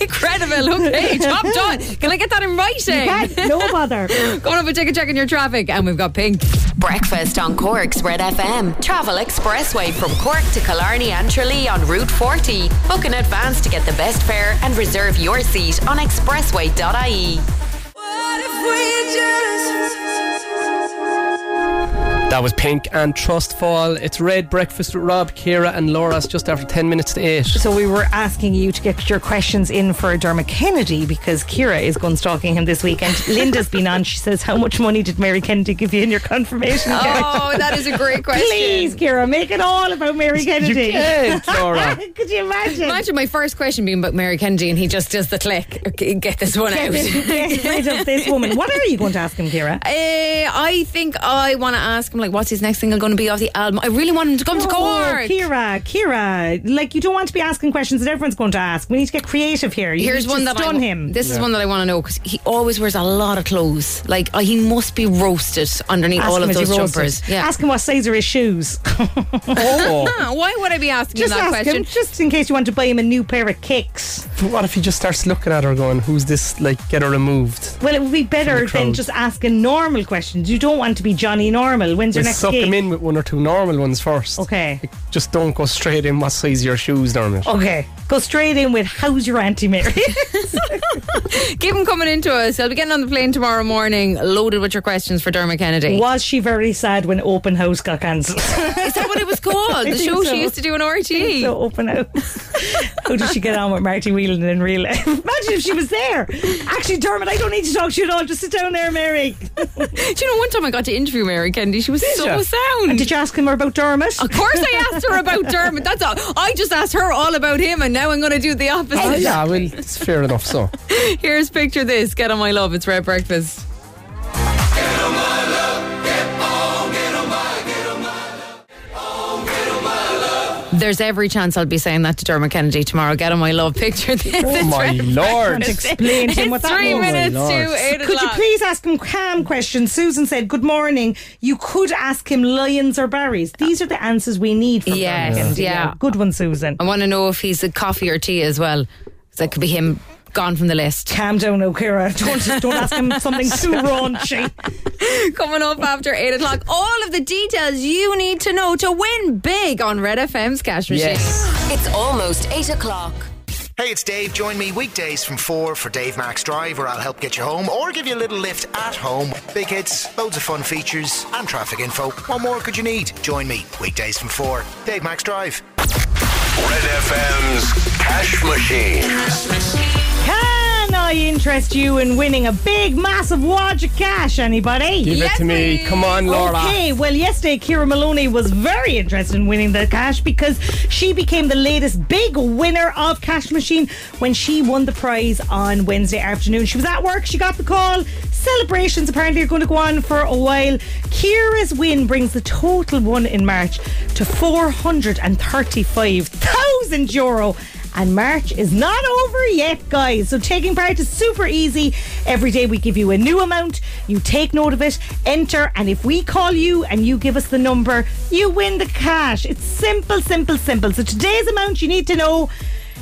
Speaker 4: Incredible. <laughs> Okay, top done. Can I get that in writing?
Speaker 1: You
Speaker 3: <laughs>
Speaker 1: can. No
Speaker 3: bother.
Speaker 4: Going over, take a check in your traffic, and we've got pink.
Speaker 1: Breakfast on Cork's Red FM. Travel expressway from Cork to Killarney and Tralee on Route 40. Book in advance to get the best fare and reserve your seat on expressway.ie.
Speaker 2: That was Pink and Trust Fall. It's Red Breakfast with Rob, Kira, and Laura. It's just after 10 minutes to 8.
Speaker 3: So we were asking you to get your questions in for Dermot Kennedy because Kira is gun stalking him this
Speaker 4: <laughs>
Speaker 3: weekend. Linda's been on. She says, "How much money did Mary Kennedy give you in your confirmation?" check?"
Speaker 4: Oh, <laughs> that is a great question.
Speaker 3: Please, Kira, make it all about Mary Kennedy. <laughs>
Speaker 4: can't, Laura.
Speaker 3: Could you imagine?
Speaker 4: Imagine my first question being about Mary Kennedy, and he just does the click. Okay, get this one
Speaker 3: Get
Speaker 4: out. <laughs>
Speaker 3: rid- get rid of this woman. What are you going to ask him, Kira?
Speaker 4: Uh, I think I want to ask him like, what's his next single going to be off the album? I really want him to come to
Speaker 3: No,
Speaker 4: Cork.
Speaker 3: Oh, Kira, Kira, like you don't want to be asking questions that everyone's going to ask. We need to get creative here. You
Speaker 4: Here's
Speaker 3: need to
Speaker 4: one that I
Speaker 3: stun
Speaker 4: wa-
Speaker 3: him.
Speaker 4: This is one that I want to know because he always wears a lot of clothes. Like uh, he must be roasted underneath
Speaker 3: Ask
Speaker 4: all
Speaker 3: him
Speaker 4: of
Speaker 3: as he
Speaker 4: those
Speaker 3: rolls
Speaker 4: jumpers.
Speaker 3: it.
Speaker 4: Yeah.
Speaker 3: Ask him what size are his shoes.
Speaker 2: Oh.
Speaker 4: Huh, Why would I be asking him
Speaker 3: Just
Speaker 4: that
Speaker 3: ask
Speaker 4: question?
Speaker 3: him, just in case you want to buy him a new pair of kicks.
Speaker 2: What if he just starts looking at her going, who's this, like, get her removed?
Speaker 3: Well, it would be better
Speaker 2: From the crowd.
Speaker 3: than just asking normal questions. You don't want to be Johnny Normal. When's your
Speaker 2: Just
Speaker 3: next
Speaker 2: suck
Speaker 3: gig?
Speaker 2: him in with one or two normal ones first.
Speaker 3: Okay.
Speaker 2: Just don't go straight in what size your shoes, Dermot.
Speaker 3: Okay, go straight in with "How's your Auntie Mary?"
Speaker 2: <laughs>
Speaker 4: Keep them coming into us. I'll be getting on the plane tomorrow morning, loaded with your questions for Dermot Kennedy.
Speaker 3: Was she very sad when Open House got cancelled?
Speaker 4: Is that what
Speaker 3: <laughs>
Speaker 4: it was called?
Speaker 3: I
Speaker 4: The
Speaker 3: think
Speaker 4: show
Speaker 3: so.
Speaker 4: she used to do on E.
Speaker 3: Being
Speaker 4: RT.
Speaker 3: so open out. <laughs> How did she get on with Marty Whelan in real life? <laughs> Imagine if she was there. Actually, Dermot, I don't need to talk to you at all. Just sit down there, Mary.
Speaker 4: Do you know one time I got to interview Mary Kennedy? She was
Speaker 3: Did
Speaker 4: so
Speaker 3: ya?
Speaker 4: sound.
Speaker 3: And did you ask him about Dermot?
Speaker 4: Hmm. Of course, I asked her about Dermot. That's all. I just asked her all about him, and now I'm going to do the opposite.
Speaker 2: Oh, yeah, well, it's fair enough, so.
Speaker 4: Here's picture this. Get on my love. It's red breakfast. There's every chance I'll be saying that to Dermot Kennedy tomorrow. Get on my love. Picture this.
Speaker 2: Oh,
Speaker 4: It's
Speaker 2: my
Speaker 4: red
Speaker 2: lord.
Speaker 4: breakfast.
Speaker 3: Explain to him
Speaker 4: It's
Speaker 3: what <laughs> that
Speaker 4: three
Speaker 3: means.
Speaker 4: minutes to eight
Speaker 3: Could you
Speaker 4: o'clock.
Speaker 3: please ask him calm questions? Susan said, Good morning. You could ask him lions or berries. These are the answers we need from
Speaker 4: Yes,
Speaker 3: Dermot Kennedy.
Speaker 4: yeah. Um,
Speaker 3: Good one, Susan.
Speaker 4: I want to know if he's a coffee or tea as well. 'Cause That could be him gone from the list.
Speaker 3: Calm down, O'Kira. <laughs> Don't, don't ask him something
Speaker 4: <laughs>
Speaker 3: too raunchy.
Speaker 4: Coming up after 8 o'clock, all of the details you need to know to win big on Red FM's cash machine.
Speaker 1: It's almost 8 o'clock.
Speaker 12: <laughs> Hey, it's Dave. Join me weekdays from 4 for Dave Max Drive, where I'll help get you home or give you a little lift at home. Big hits, loads of fun features, and traffic info. What more could you need? Join me weekdays from 4. Dave Max Drive.
Speaker 6: Red FM's Cash Machine.
Speaker 3: Can I interest you in winning a big, massive wad of cash, anybody?
Speaker 2: Give it to me. Come on, Laura.
Speaker 3: Okay, well, yesterday Kira Maloney was very interested in winning the cash because she became the latest big winner of Cash Machine when she won the prize on Wednesday afternoon. She was at work, she got the call. Celebrations apparently are going to go on for a while. Kira's win brings the total won in March to 435,000 euro. And March is not over yet, guys. So taking part is super easy. Every day we give you a new amount. You take note of it, enter, and if we call you and you give us the number, you win the cash. It's simple, simple, simple. So today's amount you need to know.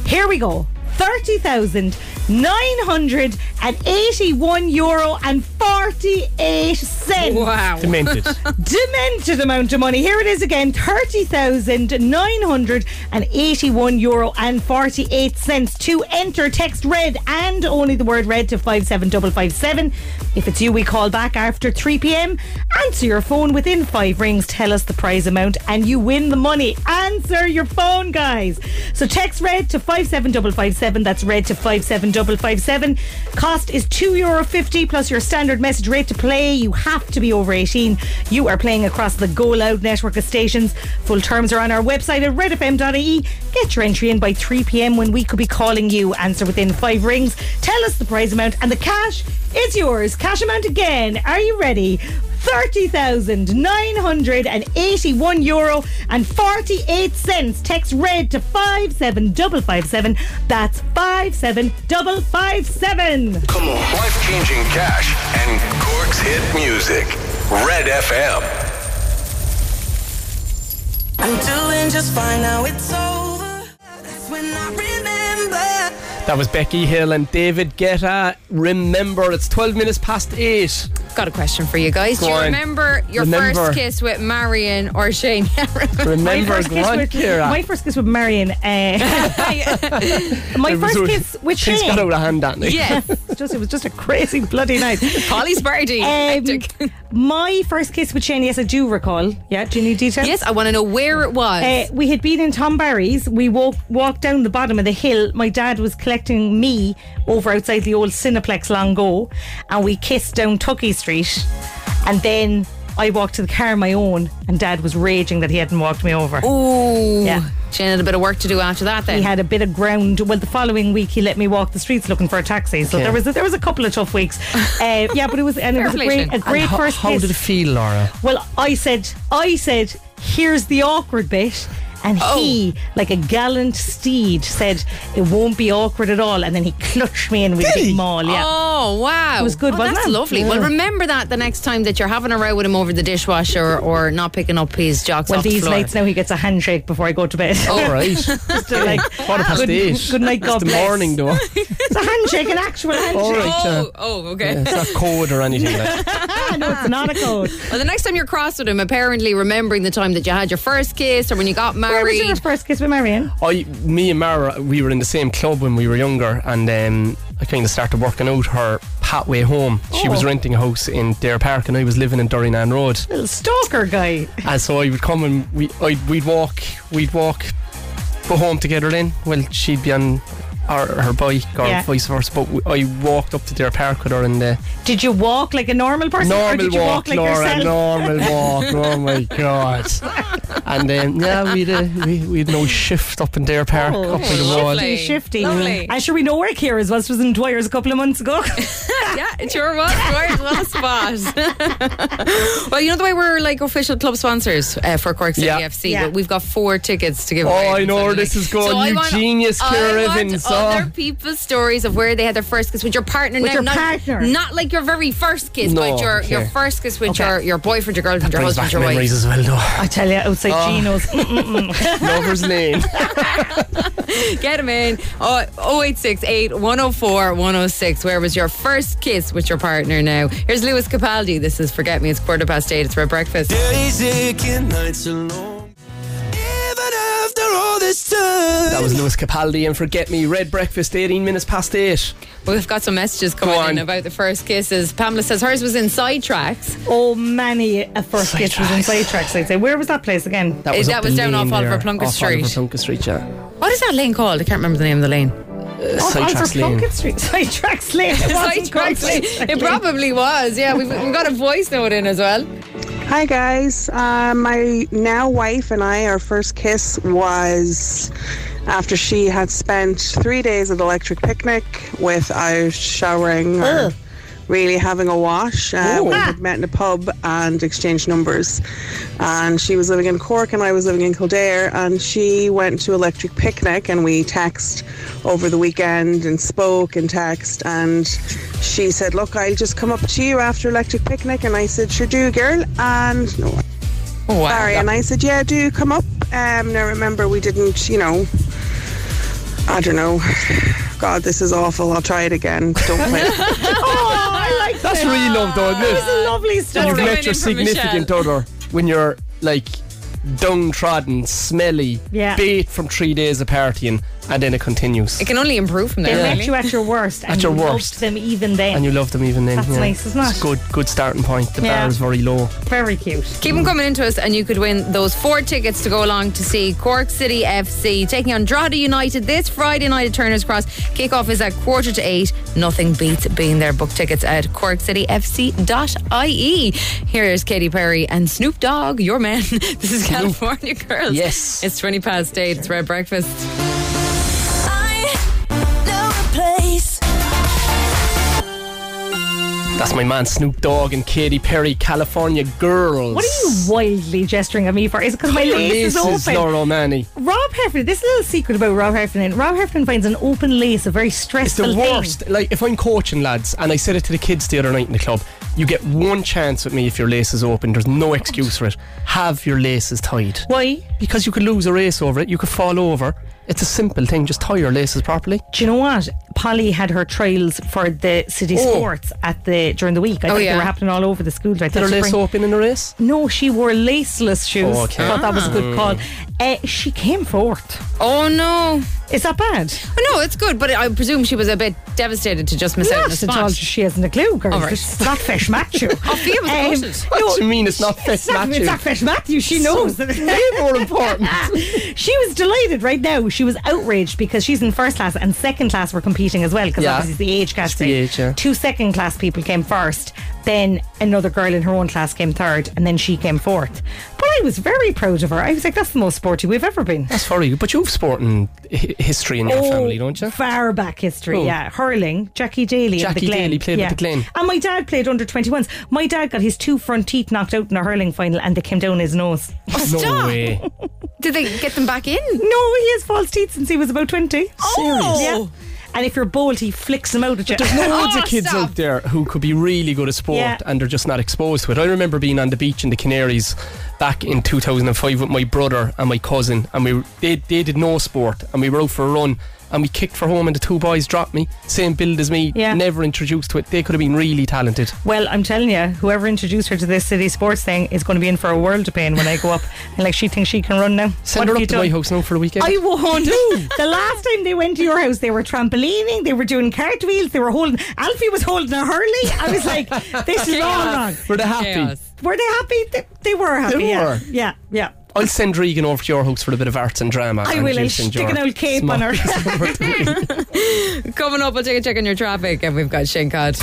Speaker 3: Here we go. Thirty thousand nine hundred and 81 euro and 48 cents.
Speaker 4: Wow.
Speaker 3: <laughs>
Speaker 4: Demented.
Speaker 3: Demented amount of money. Here it is again 30,981 euro and 48 cents. To enter, text red and only the word red to 57557. If it's you, we call back after 3 pm. Answer your phone within five rings. Tell us the prize amount and you win the money. Answer your phone, guys. So text red to 57557. That's red to 57557. Cost is €2.50 plus your standard message rate to play. You have to be over 18. You are playing across the Go Loud network of stations. Full terms are on our website at redfm.ie. Get your entry in by 3 pm when we could be calling you. Answer within five rings. Tell us the prize amount and the cash is yours. Cash amount again. Are you ready? 30,981 euro and 48 cents. Text red to 57557. That's 57557.
Speaker 6: Come on. Life changing cash and Cork's hit music. Red FM.
Speaker 5: I'm doing just fine now, it's over. That's when I remember.
Speaker 2: That was Becky Hill and David Guetta. Remember, it's 12 minutes past 8.
Speaker 4: Got a question for you guys. Do you remember your first kiss with Marion or Shane? Yeah,
Speaker 2: Remember, go on,
Speaker 3: with,
Speaker 2: Ciara.
Speaker 3: my first kiss with Marion. Uh, <laughs>
Speaker 2: <laughs>
Speaker 4: <laughs>
Speaker 3: my
Speaker 2: It was
Speaker 3: first
Speaker 2: with-
Speaker 3: kiss with Shane.
Speaker 2: things got out of hand that night.
Speaker 4: Yeah.
Speaker 3: It's just, it was just a crazy bloody night.
Speaker 2: <laughs>
Speaker 4: Polly's party.
Speaker 3: Um, my first kiss with Shane, yes, I do recall. Yeah, do you need details?
Speaker 4: Yes, I want to know where it was.
Speaker 3: Uh, we had been in Tom Barry's. We walk, walked down the bottom of the hill. My dad was collecting me over outside the old Cineplex long ago, and we kissed down Tucky Street. And then I walked to the car on my own, and dad was raging that he hadn't walked me over.
Speaker 2: Oh,
Speaker 4: Ooh. Yeah. Shane had a bit of work to do after that then.
Speaker 3: He had a bit of ground. Well, the following week he let me walk the streets looking for a taxi. So
Speaker 2: Okay.
Speaker 3: there was a, there was a couple of tough
Speaker 2: <laughs>
Speaker 3: weeks. Uh, yeah, but it was and it
Speaker 2: Fair
Speaker 3: was a
Speaker 2: play,
Speaker 3: great
Speaker 2: Shane.
Speaker 3: a great
Speaker 2: And ho-
Speaker 3: first
Speaker 2: How
Speaker 3: kiss.
Speaker 2: did it feel,
Speaker 3: <laughs>
Speaker 2: Laura?
Speaker 3: Well, I said, I said, here's the awkward bit. And
Speaker 2: Oh.
Speaker 3: he, like a gallant steed, said, it won't be awkward at all. And then he clutched me in with a big maul. Yeah.
Speaker 4: Oh wow!
Speaker 3: It was good,
Speaker 4: Oh,
Speaker 3: wasn't
Speaker 4: that's
Speaker 3: it?
Speaker 4: lovely.
Speaker 3: Yeah.
Speaker 4: Well, remember that the next time that you're having a row with him over the dishwasher or not picking up his jocks
Speaker 3: Well,
Speaker 4: off the
Speaker 3: these
Speaker 4: floor.
Speaker 3: nights uh, now he gets a handshake before I go to bed. <laughs>
Speaker 4: Oh, right.
Speaker 3: Just to, like,
Speaker 2: Quarter past
Speaker 3: good,
Speaker 2: eight.
Speaker 3: good night,
Speaker 2: That's
Speaker 3: God
Speaker 2: the
Speaker 3: bless. <laughs>
Speaker 2: morning, though.
Speaker 3: It's a handshake, an actual handshake.
Speaker 2: <laughs> All right, Ciara.
Speaker 4: oh,
Speaker 2: Yeah, it's not code or anything like that.
Speaker 3: Ah, no, it's not a code.
Speaker 4: Well, the next time you're cross with him, apparently remembering the time that you had your first kiss or when you got
Speaker 3: Where was
Speaker 4: married.
Speaker 3: your first kiss with Marion?
Speaker 2: I, me and Mara, we were in the same club when we were younger, and um, I kind of started working out her pathway home. She was
Speaker 3: Oh.
Speaker 2: renting a house in Dare Park, and I was living in
Speaker 3: <laughs>
Speaker 2: Durinan Road.
Speaker 3: Little stalker guy.
Speaker 2: And so I would come and we, I'd, we'd walk, we'd walk, go home together. Then, well, she'd be on our, her bike or
Speaker 3: Yeah.
Speaker 2: vice versa. But we, I walked up to Dare Park with her in the
Speaker 3: Did you walk like a normal person? or
Speaker 2: normal
Speaker 3: did you
Speaker 2: walk,
Speaker 3: walk, like
Speaker 2: Laura.
Speaker 3: yourself?
Speaker 2: Normal walk.
Speaker 3: <laughs>
Speaker 2: Oh my god! And then yeah, we'd uh, we we'd no shift up in Dare Park
Speaker 3: Oh,
Speaker 2: up in the wall.
Speaker 3: Shifty, shifty.
Speaker 4: Lovely.
Speaker 3: And sure, we know where Kira's was. was in Dwyer's a couple of months
Speaker 2: <laughs>
Speaker 3: ago.
Speaker 4: yeah, it sure was. Where's what spot? <laughs>
Speaker 2: <laughs>
Speaker 4: well, you know the way we're like official club sponsors uh, for Cork City
Speaker 2: Yeah.
Speaker 4: FC,
Speaker 2: Yeah.
Speaker 4: but we've got four tickets to give
Speaker 2: Oh,
Speaker 4: away.
Speaker 2: I know where this is going.
Speaker 4: I
Speaker 2: You
Speaker 4: want-
Speaker 2: genius, Ciara
Speaker 4: I want
Speaker 2: Evans. Oh.
Speaker 4: Other people's stories of where they had their first kiss with your partner
Speaker 3: With
Speaker 4: now,
Speaker 3: your
Speaker 4: not,
Speaker 3: partner.
Speaker 4: not like your very first kiss,
Speaker 2: No,
Speaker 4: but your,
Speaker 2: okay.
Speaker 4: your first kiss with
Speaker 3: Okay.
Speaker 4: your, your boyfriend, your girlfriend, your
Speaker 2: Brings
Speaker 4: husband,
Speaker 2: back
Speaker 4: your wife.
Speaker 2: memories as well, though.
Speaker 3: I tell you, outside
Speaker 2: Oh.
Speaker 3: Gino's. <laughs>
Speaker 2: Lover's Lane.
Speaker 4: Get him in. Oh, 0868 104 106. Where was your first kiss with your partner now? Here's Lewis Capaldi. This is Forget Me. It's quarter past eight. It's Red Breakfast.
Speaker 7: Days aching, nights alone. Even after all this time.
Speaker 2: That was Lewis Capaldi and Forget Me. Red Breakfast, 18 minutes past 8.
Speaker 4: We've got some messages coming
Speaker 2: on.
Speaker 4: in about the first kisses. Pamela says hers was in sidetracks.
Speaker 3: oh, many a first kiss was in
Speaker 2: Sidetracks.
Speaker 3: sidetracks, I'd say. Where was that place again?
Speaker 2: That was,
Speaker 4: That
Speaker 2: up the
Speaker 4: was down
Speaker 2: lane
Speaker 4: off Oliver
Speaker 2: there,
Speaker 4: Plunkett
Speaker 2: off Oliver
Speaker 4: Street.
Speaker 2: Plunkett Street, yeah.
Speaker 4: What is that lane called? I can't remember the name of the lane.
Speaker 2: Uh,
Speaker 3: Off Oliver
Speaker 2: Sidetracks Lane.
Speaker 3: Oh, Plunkett Street. <laughs> Sidetracks Lane. It wasn't called
Speaker 4: <laughs> Sidetracks lane. It probably was. Yeah, we've, we've got a voice note in as well.
Speaker 13: Hi guys, uh, my now wife and I, our first kiss was after she had spent three days at Electric Picnic without showering or
Speaker 3: Ugh.
Speaker 13: really having a wash. Uh,
Speaker 2: Ooh.
Speaker 13: we had met in a pub and exchanged numbers, and she was living in Cork and I was living in Kildare, and she went to Electric Picnic and we text over the weekend and spoke and text and she said, "Look, I'll just come up to you after Electric Picnic," and I said, "Sure do, girl," and no.
Speaker 4: Wow.
Speaker 13: Sorry, and I said, yeah, do come up. Um, now remember, we didn't, you know, I don't know. God, this is awful. I'll try it again. Don't play.
Speaker 3: oh, I like
Speaker 2: That's
Speaker 3: that.
Speaker 2: really love, though, isn't it?
Speaker 3: It was a lovely story.
Speaker 2: You've met your significant other when you're like downtrodden, smelly,
Speaker 3: Yeah.
Speaker 2: beat from three days of partying, and then it continues.
Speaker 4: It can only improve from
Speaker 3: They
Speaker 4: there.
Speaker 3: met
Speaker 4: really.
Speaker 3: you at your worst.
Speaker 2: At
Speaker 3: and
Speaker 2: your
Speaker 3: you loved
Speaker 2: worst.
Speaker 3: them even then.
Speaker 2: and you love them even then.
Speaker 3: That's
Speaker 2: yeah.
Speaker 3: nice, isn't
Speaker 2: It's
Speaker 3: it?
Speaker 2: good, good starting point. The
Speaker 4: Yeah.
Speaker 2: bar is very low.
Speaker 3: Very cute.
Speaker 4: Keep them coming into us, and you could win those four tickets to go along to see Cork City FC taking on Drogheda United this Friday night at Turner's Cross. Kickoff is at quarter to eight. Nothing beats being there. Book tickets at corkcityfc.ie. Here is Katy Perry and Snoop Dogg, your man. <laughs> This is California Girls. Yes. It's 20 past eight. It's Red Breakfast.
Speaker 2: That's my man Snoop Dogg and Katy Perry, California Girls.
Speaker 3: What are you wildly gesturing at me for? Is it because my
Speaker 2: Your
Speaker 3: lace is
Speaker 2: laces,
Speaker 3: open?
Speaker 2: Laura O'Mahony.
Speaker 3: Rob Heffernan, this little secret about Rob Heffernan. Rob Heffernan finds an open lace a very
Speaker 2: It's
Speaker 3: stressful
Speaker 2: the
Speaker 3: thing.
Speaker 2: worst. Like if I'm coaching lads, and I said it to the kids the other night in the club, you get one chance with me if your lace is open. There's no excuse for it. Have your laces tied.
Speaker 3: Why?
Speaker 2: Because you could lose a race over it. You could fall over. It's a simple thing. Just tie your laces properly.
Speaker 3: Do you know what? Polly had her trials for the city
Speaker 2: Oh.
Speaker 3: sports at the during the week. I
Speaker 2: Oh,
Speaker 3: think
Speaker 2: yeah.
Speaker 3: they were happening all over the schools. Right?
Speaker 2: Did her lace open in the race?
Speaker 3: No, she wore laceless shoes.
Speaker 2: Oh, okay.
Speaker 3: I thought that was a good
Speaker 2: Ah.
Speaker 3: call. Uh, she came fourth.
Speaker 4: Oh no! Oh,
Speaker 3: Is that bad?
Speaker 4: No, it's good, but I presume she was a bit devastated to just miss out on
Speaker 3: Not
Speaker 4: the
Speaker 3: at all.
Speaker 4: spot.
Speaker 3: She hasn't a clue, girl.
Speaker 4: All right.
Speaker 3: It's not Fish
Speaker 2: <laughs>
Speaker 3: Matthew.
Speaker 4: Fiona was
Speaker 3: um,
Speaker 4: closest.
Speaker 2: What do you mean it's not
Speaker 3: It's
Speaker 2: Fitz
Speaker 3: not,
Speaker 2: Matthew?
Speaker 3: it's not Fish Matthew. She knows.
Speaker 2: So way more important.
Speaker 3: <laughs> she was delighted right now. She was outraged because she's in first class and second class were competing as well because
Speaker 2: Yeah.
Speaker 3: obviously it's the age
Speaker 2: It's the
Speaker 3: category.
Speaker 2: age, yeah.
Speaker 3: Two second class people came first. Then another girl in her own class came third, and then she came fourth. But I was very proud of her. I was like, "That's the most sporty we've ever been."
Speaker 2: That's very good. But you've sporting hi- history in your
Speaker 3: Oh,
Speaker 2: family, don't you?
Speaker 3: Far back history,
Speaker 2: Who?
Speaker 3: yeah. Hurling, Jackie Daly of
Speaker 2: Jackie
Speaker 3: the Glen.
Speaker 2: Daly played with
Speaker 3: yeah.
Speaker 2: the Glen.
Speaker 3: And my dad played under 21s. My dad got his two front teeth knocked out in a hurling final and they came down his nose.
Speaker 2: No way.
Speaker 4: Did they get them back in?
Speaker 3: No, he has false teeth since he was about 20.
Speaker 2: Oh! Serious?
Speaker 3: Yeah. And if you're bold, he flicks them out at you.
Speaker 2: There's loads of kids out there who could be really good at sport
Speaker 3: Yeah.
Speaker 2: and they're just not exposed to it. I remember being on the beach in the Canaries back in 2005 with my brother and my cousin, and we they, they did no sport, and we were out for a run. And we kicked for home, and the two boys dropped me, same build as me,
Speaker 3: Yeah.
Speaker 2: never introduced to it. They could have been really talented.
Speaker 3: Well, I'm telling you, whoever introduced her to this city sports thing is going to be in for a world of pain when I go up. And like, she thinks she can run now.
Speaker 2: Send
Speaker 3: What
Speaker 2: her
Speaker 3: have
Speaker 2: up
Speaker 3: you
Speaker 2: to my
Speaker 3: done?
Speaker 2: house now for the weekend.
Speaker 3: I
Speaker 4: <laughs>
Speaker 3: won't. The last time they went to your house, they were trampolining, they were doing cartwheels, they were holding. Alfie was holding a hurley. I was like, this is all
Speaker 2: Chaos.
Speaker 3: wrong.
Speaker 2: Were they happy? Chaos.
Speaker 3: Were they happy? They, they were happy.
Speaker 2: They
Speaker 3: yeah.
Speaker 2: were.
Speaker 3: Yeah, yeah.
Speaker 2: I'll send Regan over to your house for a bit of arts and drama.
Speaker 3: I
Speaker 2: and
Speaker 3: will.
Speaker 2: you'll
Speaker 3: I'll
Speaker 2: send
Speaker 3: stick an
Speaker 2: your
Speaker 3: old cape on her.
Speaker 4: <laughs>
Speaker 2: <laughs>
Speaker 3: <laughs>
Speaker 4: Coming up, we'll take a check on your traffic, and we've got Shane Cod.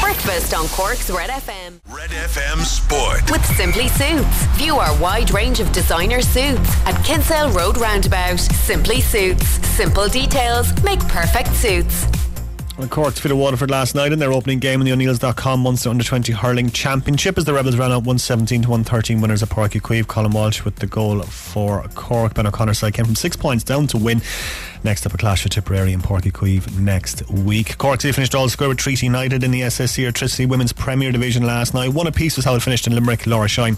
Speaker 1: Breakfast on Cork's Red FM.
Speaker 6: Red FM Sport.
Speaker 1: With Simply Suits. View our wide range of designer suits at Kinsale Road Roundabout. Simply Suits. Simple details make perfect suits.
Speaker 11: Well, Cork defeated Waterford last night in their opening game in the O'Neills.com Munster Under 20 Hurling Championship as the Rebels ran out 117 to 113 winners at Parky Queeve. Colin Walsh with the goal for Cork. Ben O'Connor's side came from six points down to win. Next up, a clash with Tipperary and Parky Queeve next week. Cork City finished all square with Treaty United in the SSC or Tricity Women's Premier Division last night. One apiece was how it finished in Limerick. Laura Shine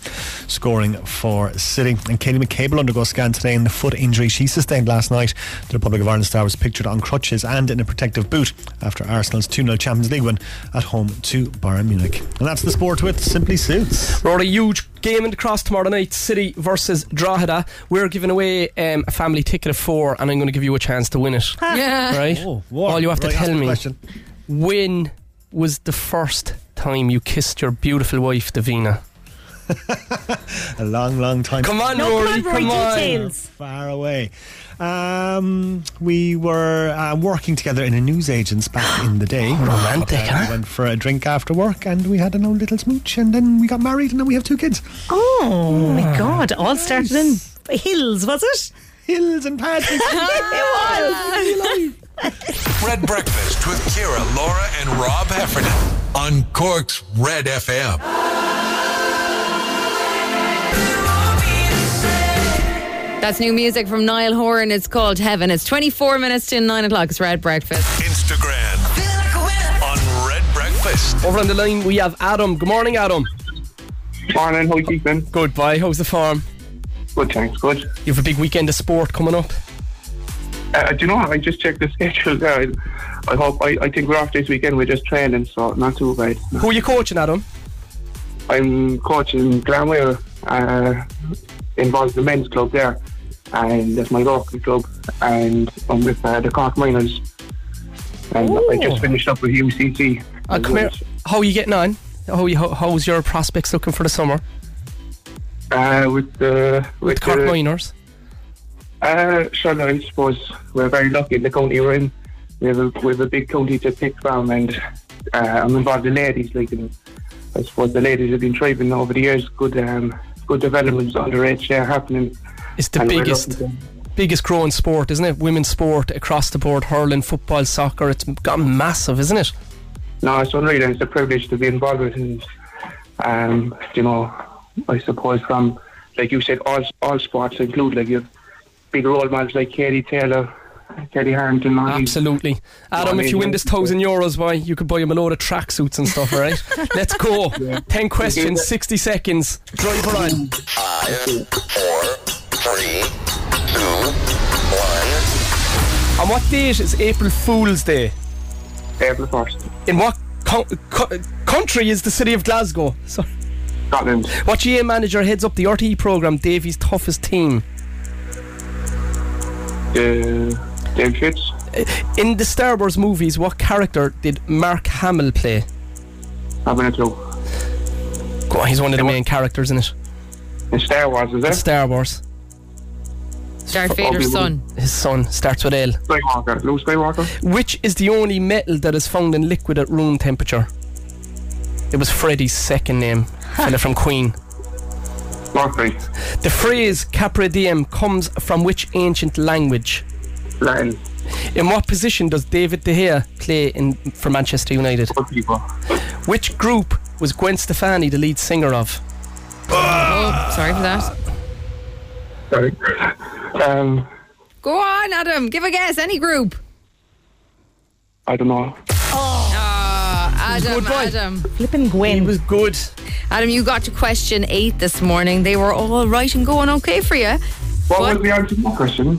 Speaker 11: scoring for City. And Katie McCable undergoes scan today in the foot injury she sustained last night. The Republic of Ireland star was pictured on crutches and in a protective boot after Arsenal's 2 0 Champions League win at home to Bayern Munich. And that's the sport with Simply Suits.
Speaker 2: We're on a huge game in the cross tomorrow night, City versus Drogheda. We're giving away um, a family ticket of four, and I'm going to give you a chance to win it.
Speaker 4: Ah. Yeah.
Speaker 2: Right?
Speaker 11: Oh,
Speaker 2: All you have to
Speaker 11: Right, ask
Speaker 2: tell
Speaker 11: the
Speaker 2: me
Speaker 11: question.
Speaker 2: when was the first time you kissed your beautiful wife, Davina?
Speaker 11: a long, long time.
Speaker 2: Come on, Rory, come on.
Speaker 11: Far away. Um, we were uh, working together in a newsagent's back in the
Speaker 14: <gasps>
Speaker 11: day.
Speaker 2: romantic,
Speaker 11: Uh, We went for a drink after work and we had an old little smooch and then we got married and then we have two kids.
Speaker 3: Oh
Speaker 4: Ah.
Speaker 3: my God! All started in hills, was it?
Speaker 11: Hills and Patrick.
Speaker 3: it was.
Speaker 6: Red Breakfast with Kira, Laura, and Rob Heffernan on Cork's Red FM.
Speaker 4: That's new music from Niall Horan. It's called Heaven. It's 24 minutes to 9 o'clock. It's Red Breakfast.
Speaker 6: Instagram on Red Breakfast.
Speaker 2: Over on the line, we have Adam. Good morning, Adam.
Speaker 14: Morning, how you keeping?
Speaker 2: Good, bye. How's the farm?
Speaker 14: Good, thanks, good.
Speaker 2: You have a big weekend of sport coming up.
Speaker 14: Uh, do you know what? I just checked the <laughs> schedule there. I, I hope. I, I think we're off this weekend. We're just training, so not too bad.
Speaker 2: Who are you coaching, Adam?
Speaker 14: <laughs> I'm coaching Glanwell, uh, involves the men's club there, and that's my local club, and I'm with uh, the Cork Miners. And I just finished up with UCC.
Speaker 2: Uh, come here. How are you getting on? How are you, how, how's your prospects looking for the summer?
Speaker 14: Uh, with the with,
Speaker 2: Cork
Speaker 14: the,
Speaker 2: Miners.
Speaker 14: Uh, sure, I suppose we're very lucky in the county we're in. We have a, we have a big county to pick from, and uh, I'm involved in ladies league. And I suppose the ladies have been thriving over the years. Good, um, good developments underage there happening.
Speaker 2: It's the
Speaker 14: And we're
Speaker 2: biggest
Speaker 14: lucky to-
Speaker 2: biggest growing sport, isn't it? Women's sport across the board, hurling, football, soccer. It's gone massive, isn't it?
Speaker 14: No, it's unreal, and it's a privilege to be involved with. And um, you know, I suppose from like you said, all all sports include like your big role models like Katie Taylor, Katie Harrington.
Speaker 2: Absolutely, Adam, if you win this thousand euros, why you could buy him a load of tracksuits and stuff, all right? Let's go. Ten questions, sixty seconds. Driver on. On what date is April Fool's Day?
Speaker 14: April first.
Speaker 2: In what co- co- country is the city of Glasgow? Sorry.
Speaker 14: Scotland.
Speaker 2: What GA manager heads up the RTE program? Davy's toughest team.
Speaker 14: Uh, Dave Fitz,
Speaker 2: In the Star Wars movies, what character did Mark Hamill play?
Speaker 14: having a clue.
Speaker 2: Go on, he's one of the main characters in it.
Speaker 14: In Star Wars, is it?
Speaker 2: Star Wars.
Speaker 4: Darth Vader's son.
Speaker 2: His son starts with L.
Speaker 14: Skywalker. Luke Skywalker.
Speaker 2: Which is the only metal that is found in liquid at room temperature? It was Freddie's second name, fella from Queen.
Speaker 14: Murphy.
Speaker 2: The phrase Capre Diem comes from which ancient language?
Speaker 14: Latin.
Speaker 2: In what position does David De Gea play in for Manchester United? Which group was Gwen Stefani the lead singer of?
Speaker 4: Oh, sorry for that.
Speaker 14: Sorry. Um,
Speaker 4: Go on, Adam. Give a guess. Any group.
Speaker 14: I don't know.
Speaker 4: Adam, Adam.
Speaker 3: Flipping Gwen. He
Speaker 2: was good.
Speaker 4: Adam, you got to question eight this morning. They were all right and going okay for you.
Speaker 14: What, was the answer to my question?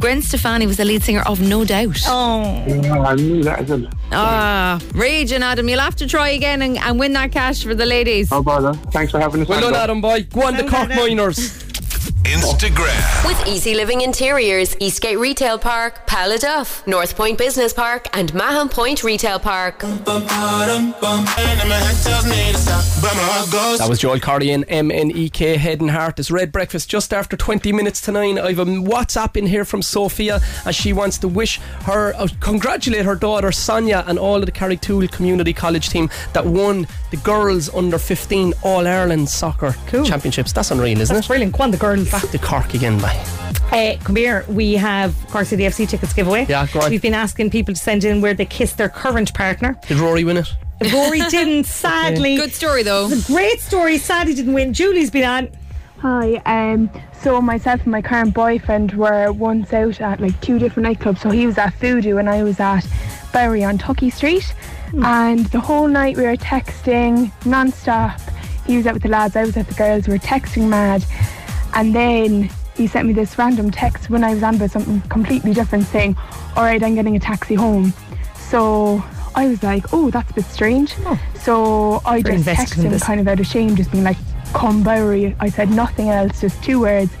Speaker 4: Gwen Stefani was the lead singer of No Doubt.
Speaker 3: Oh.
Speaker 14: Yeah, Uh, I knew that as well.
Speaker 4: Ah, raging Adam. You'll have to try again and, and win that cash for the ladies.
Speaker 14: No bother. Thanks for having us.
Speaker 2: Well done, Adam, boy. Go on, the Cork Miners.
Speaker 6: Instagram.
Speaker 1: With Easy Living Interiors, Eastgate Retail Park, Paladuff, North Point Business Park, and Mahon Point Retail Park.
Speaker 2: That was Joel Cardy in MNEK Head and Heart. It's Red Breakfast just after 20 minutes to 9. I have a WhatsApp in here from Sophia and she wants to wish her, uh, congratulate her daughter Sonia and all of the Carrigtool Community College team that won the girls under 15 All Ireland Soccer Championships. That's unreal, isn't
Speaker 3: That's
Speaker 2: it?
Speaker 3: brilliant. Go on, the girls.
Speaker 2: Back to Cork again, bye.
Speaker 3: Uh, come here. We have Cork City FC tickets giveaway.
Speaker 2: Yeah, go on.
Speaker 3: We've been asking people to send in where they kiss their current partner.
Speaker 2: Did Rory win it?
Speaker 4: <laughs>
Speaker 3: Rory didn't, sadly.
Speaker 4: Good story though.
Speaker 3: It's a great story. Sadly, didn't win. Julie's been on.
Speaker 15: Hi, um, so myself and my current boyfriend were once out at like two different nightclubs. So he was at Voodoo and I was at Berry on Tucky Street. And the whole night we were texting non-stop. He was out with the lads, I was with the girls, we were texting mad. And then he sent me this random text when I was on about something completely different saying, Alright, I'm getting a taxi home. So I was like, Oh, that's a bit strange. So I
Speaker 3: Very
Speaker 15: just
Speaker 3: invested in
Speaker 15: texted him
Speaker 3: this.
Speaker 15: kind of out of shame, just being like, come Bowery. I said nothing else, just two words.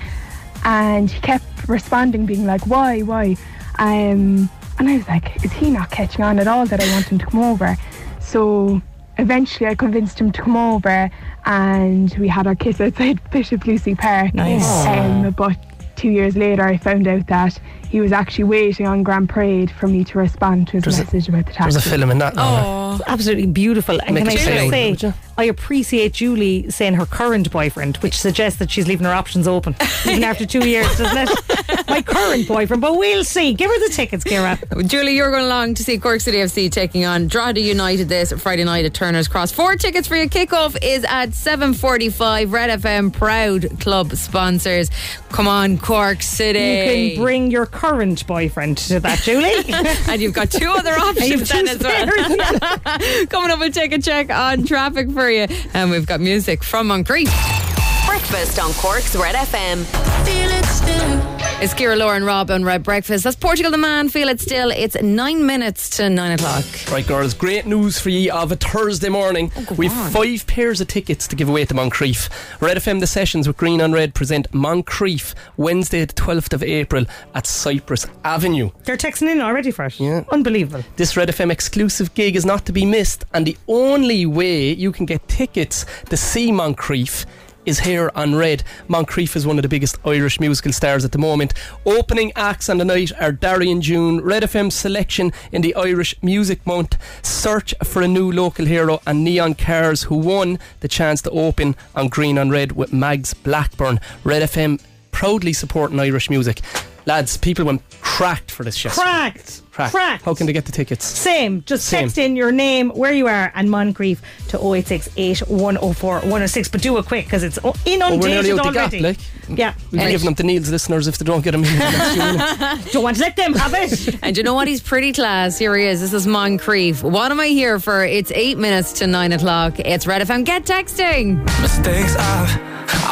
Speaker 15: And he kept responding, being like, why, why? Um, and I was like, is he not catching on at all that I want him to come over? So eventually I convinced him to come over and we had our kiss outside <laughs> Bishop Lucy Park.
Speaker 3: Nice.
Speaker 15: Um, but two years later, I found out that he was actually waiting on Grand Parade for me to respond to his message about the taxi.
Speaker 2: There's a film in that. now,
Speaker 3: It's absolutely beautiful. And
Speaker 2: Make
Speaker 3: can I
Speaker 2: it
Speaker 3: just
Speaker 2: sound.
Speaker 3: say, I appreciate Julie saying her current boyfriend, which suggests that she's leaving her options open even after two years, doesn't it? My current boyfriend, but we'll see. Give her the tickets, Kira.
Speaker 4: Julie, you're going along to see Cork City FC taking on Drogheda United this Friday night at Turner's Cross. Four tickets for your kickoff is at 7.45. Red FM proud club sponsors. Come on, Cork City.
Speaker 3: You can bring your current boyfriend to that, Julie.
Speaker 4: and you've got two
Speaker 3: <laughs>
Speaker 4: other options then as <laughs> well. Coming up, we'll take a check on traffic for you. And we've got music from Moncrief.
Speaker 1: Breakfast on Cork's Red FM.
Speaker 5: Feel it still.
Speaker 4: It's Kira Lauren Rob on Red Breakfast. That's Portugal the Man. Feel it still. It's nine minutes to nine o'clock.
Speaker 2: Right, girls, great news for you of a Thursday morning. We've
Speaker 4: on.
Speaker 2: five pairs of tickets to give away to Moncrief. Red FM The Sessions with Green on Red present Moncrief Wednesday, the 12th of April at Cypress Avenue.
Speaker 3: They're texting in already for it. Yeah. Unbelievable.
Speaker 2: This Red FM exclusive gig is not to be missed, and the only way you can get tickets to see Moncrief is here on Red. Moncrief is one of the biggest Irish musical stars at the moment. Opening acts on the night are Darian June, Red FM selection in the Irish Music Month, Search for a New Local Hero, and Neon Cars, who won the chance to open on Green on Red with Mags Blackburn. Red FM proudly supporting Irish music. Lads, people went cracked for this shit.
Speaker 3: Cracked. Cracked.
Speaker 2: How can they get the tickets?
Speaker 3: Same. Just
Speaker 2: Same.
Speaker 3: text in your name, where you are, and Moncrief to 086 8104 106. But do it quick because it's o-
Speaker 2: Well,
Speaker 3: inundated
Speaker 2: Oh, we're nearly out the gap,
Speaker 3: already.
Speaker 2: like.
Speaker 3: Yeah.
Speaker 2: We'll be giving them to Neil's listeners if they don't get them in.
Speaker 3: <laughs> Don't want to let them have
Speaker 2: <laughs>
Speaker 3: it.
Speaker 4: and you know what? He's pretty class. Here he is. This is Moncrief. What am I here for? It's eight minutes to nine o'clock. It's Red FM. Get texting.
Speaker 7: Mistakes are.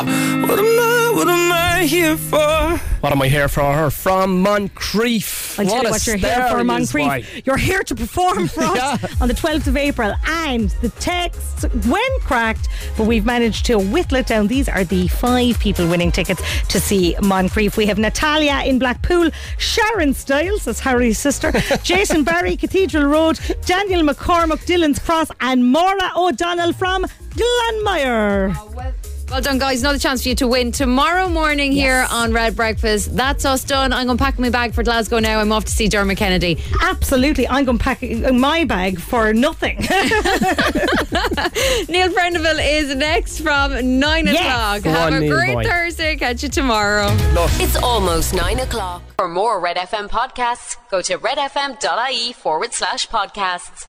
Speaker 7: What am I? What am I here for?
Speaker 2: What am I here for? Her from Moncrief.
Speaker 3: I'll tell
Speaker 2: what
Speaker 3: you
Speaker 2: a
Speaker 3: what you're here
Speaker 2: star
Speaker 3: for,
Speaker 2: he is,
Speaker 3: Moncrief.
Speaker 2: why.
Speaker 3: You're here to
Speaker 2: <laughs>
Speaker 3: perform for us on the 12th of April. And the texts went cracked, but we've managed to whittle it down. These are the five people winning tickets to see Moncrief. We have Natalia in Blackpool, Sharon Stiles, that's Harry's
Speaker 2: <laughs>
Speaker 3: sister, Jason Barry, Cathedral Road, Daniel McCormick, Dylan's Cross, and Maura O'Donnell from Glenmire.
Speaker 4: Well done, guys. Another chance for you to win tomorrow morning here on Red Breakfast. That's us done. I'm going to pack my bag for Glasgow now. I'm off to see Dermot Kennedy.
Speaker 3: Absolutely. I'm going to pack uh, my bag for nothing.
Speaker 4: Neil Prendeville is next from nine
Speaker 1: Yes.
Speaker 4: o'clock.
Speaker 1: Go
Speaker 4: Have
Speaker 1: on,
Speaker 4: a
Speaker 1: Neil
Speaker 4: great
Speaker 1: boy.
Speaker 4: Thursday. Catch you tomorrow.
Speaker 1: It's almost nine o'clock. For more Red FM podcasts, go to redfm.ie forward slash podcasts.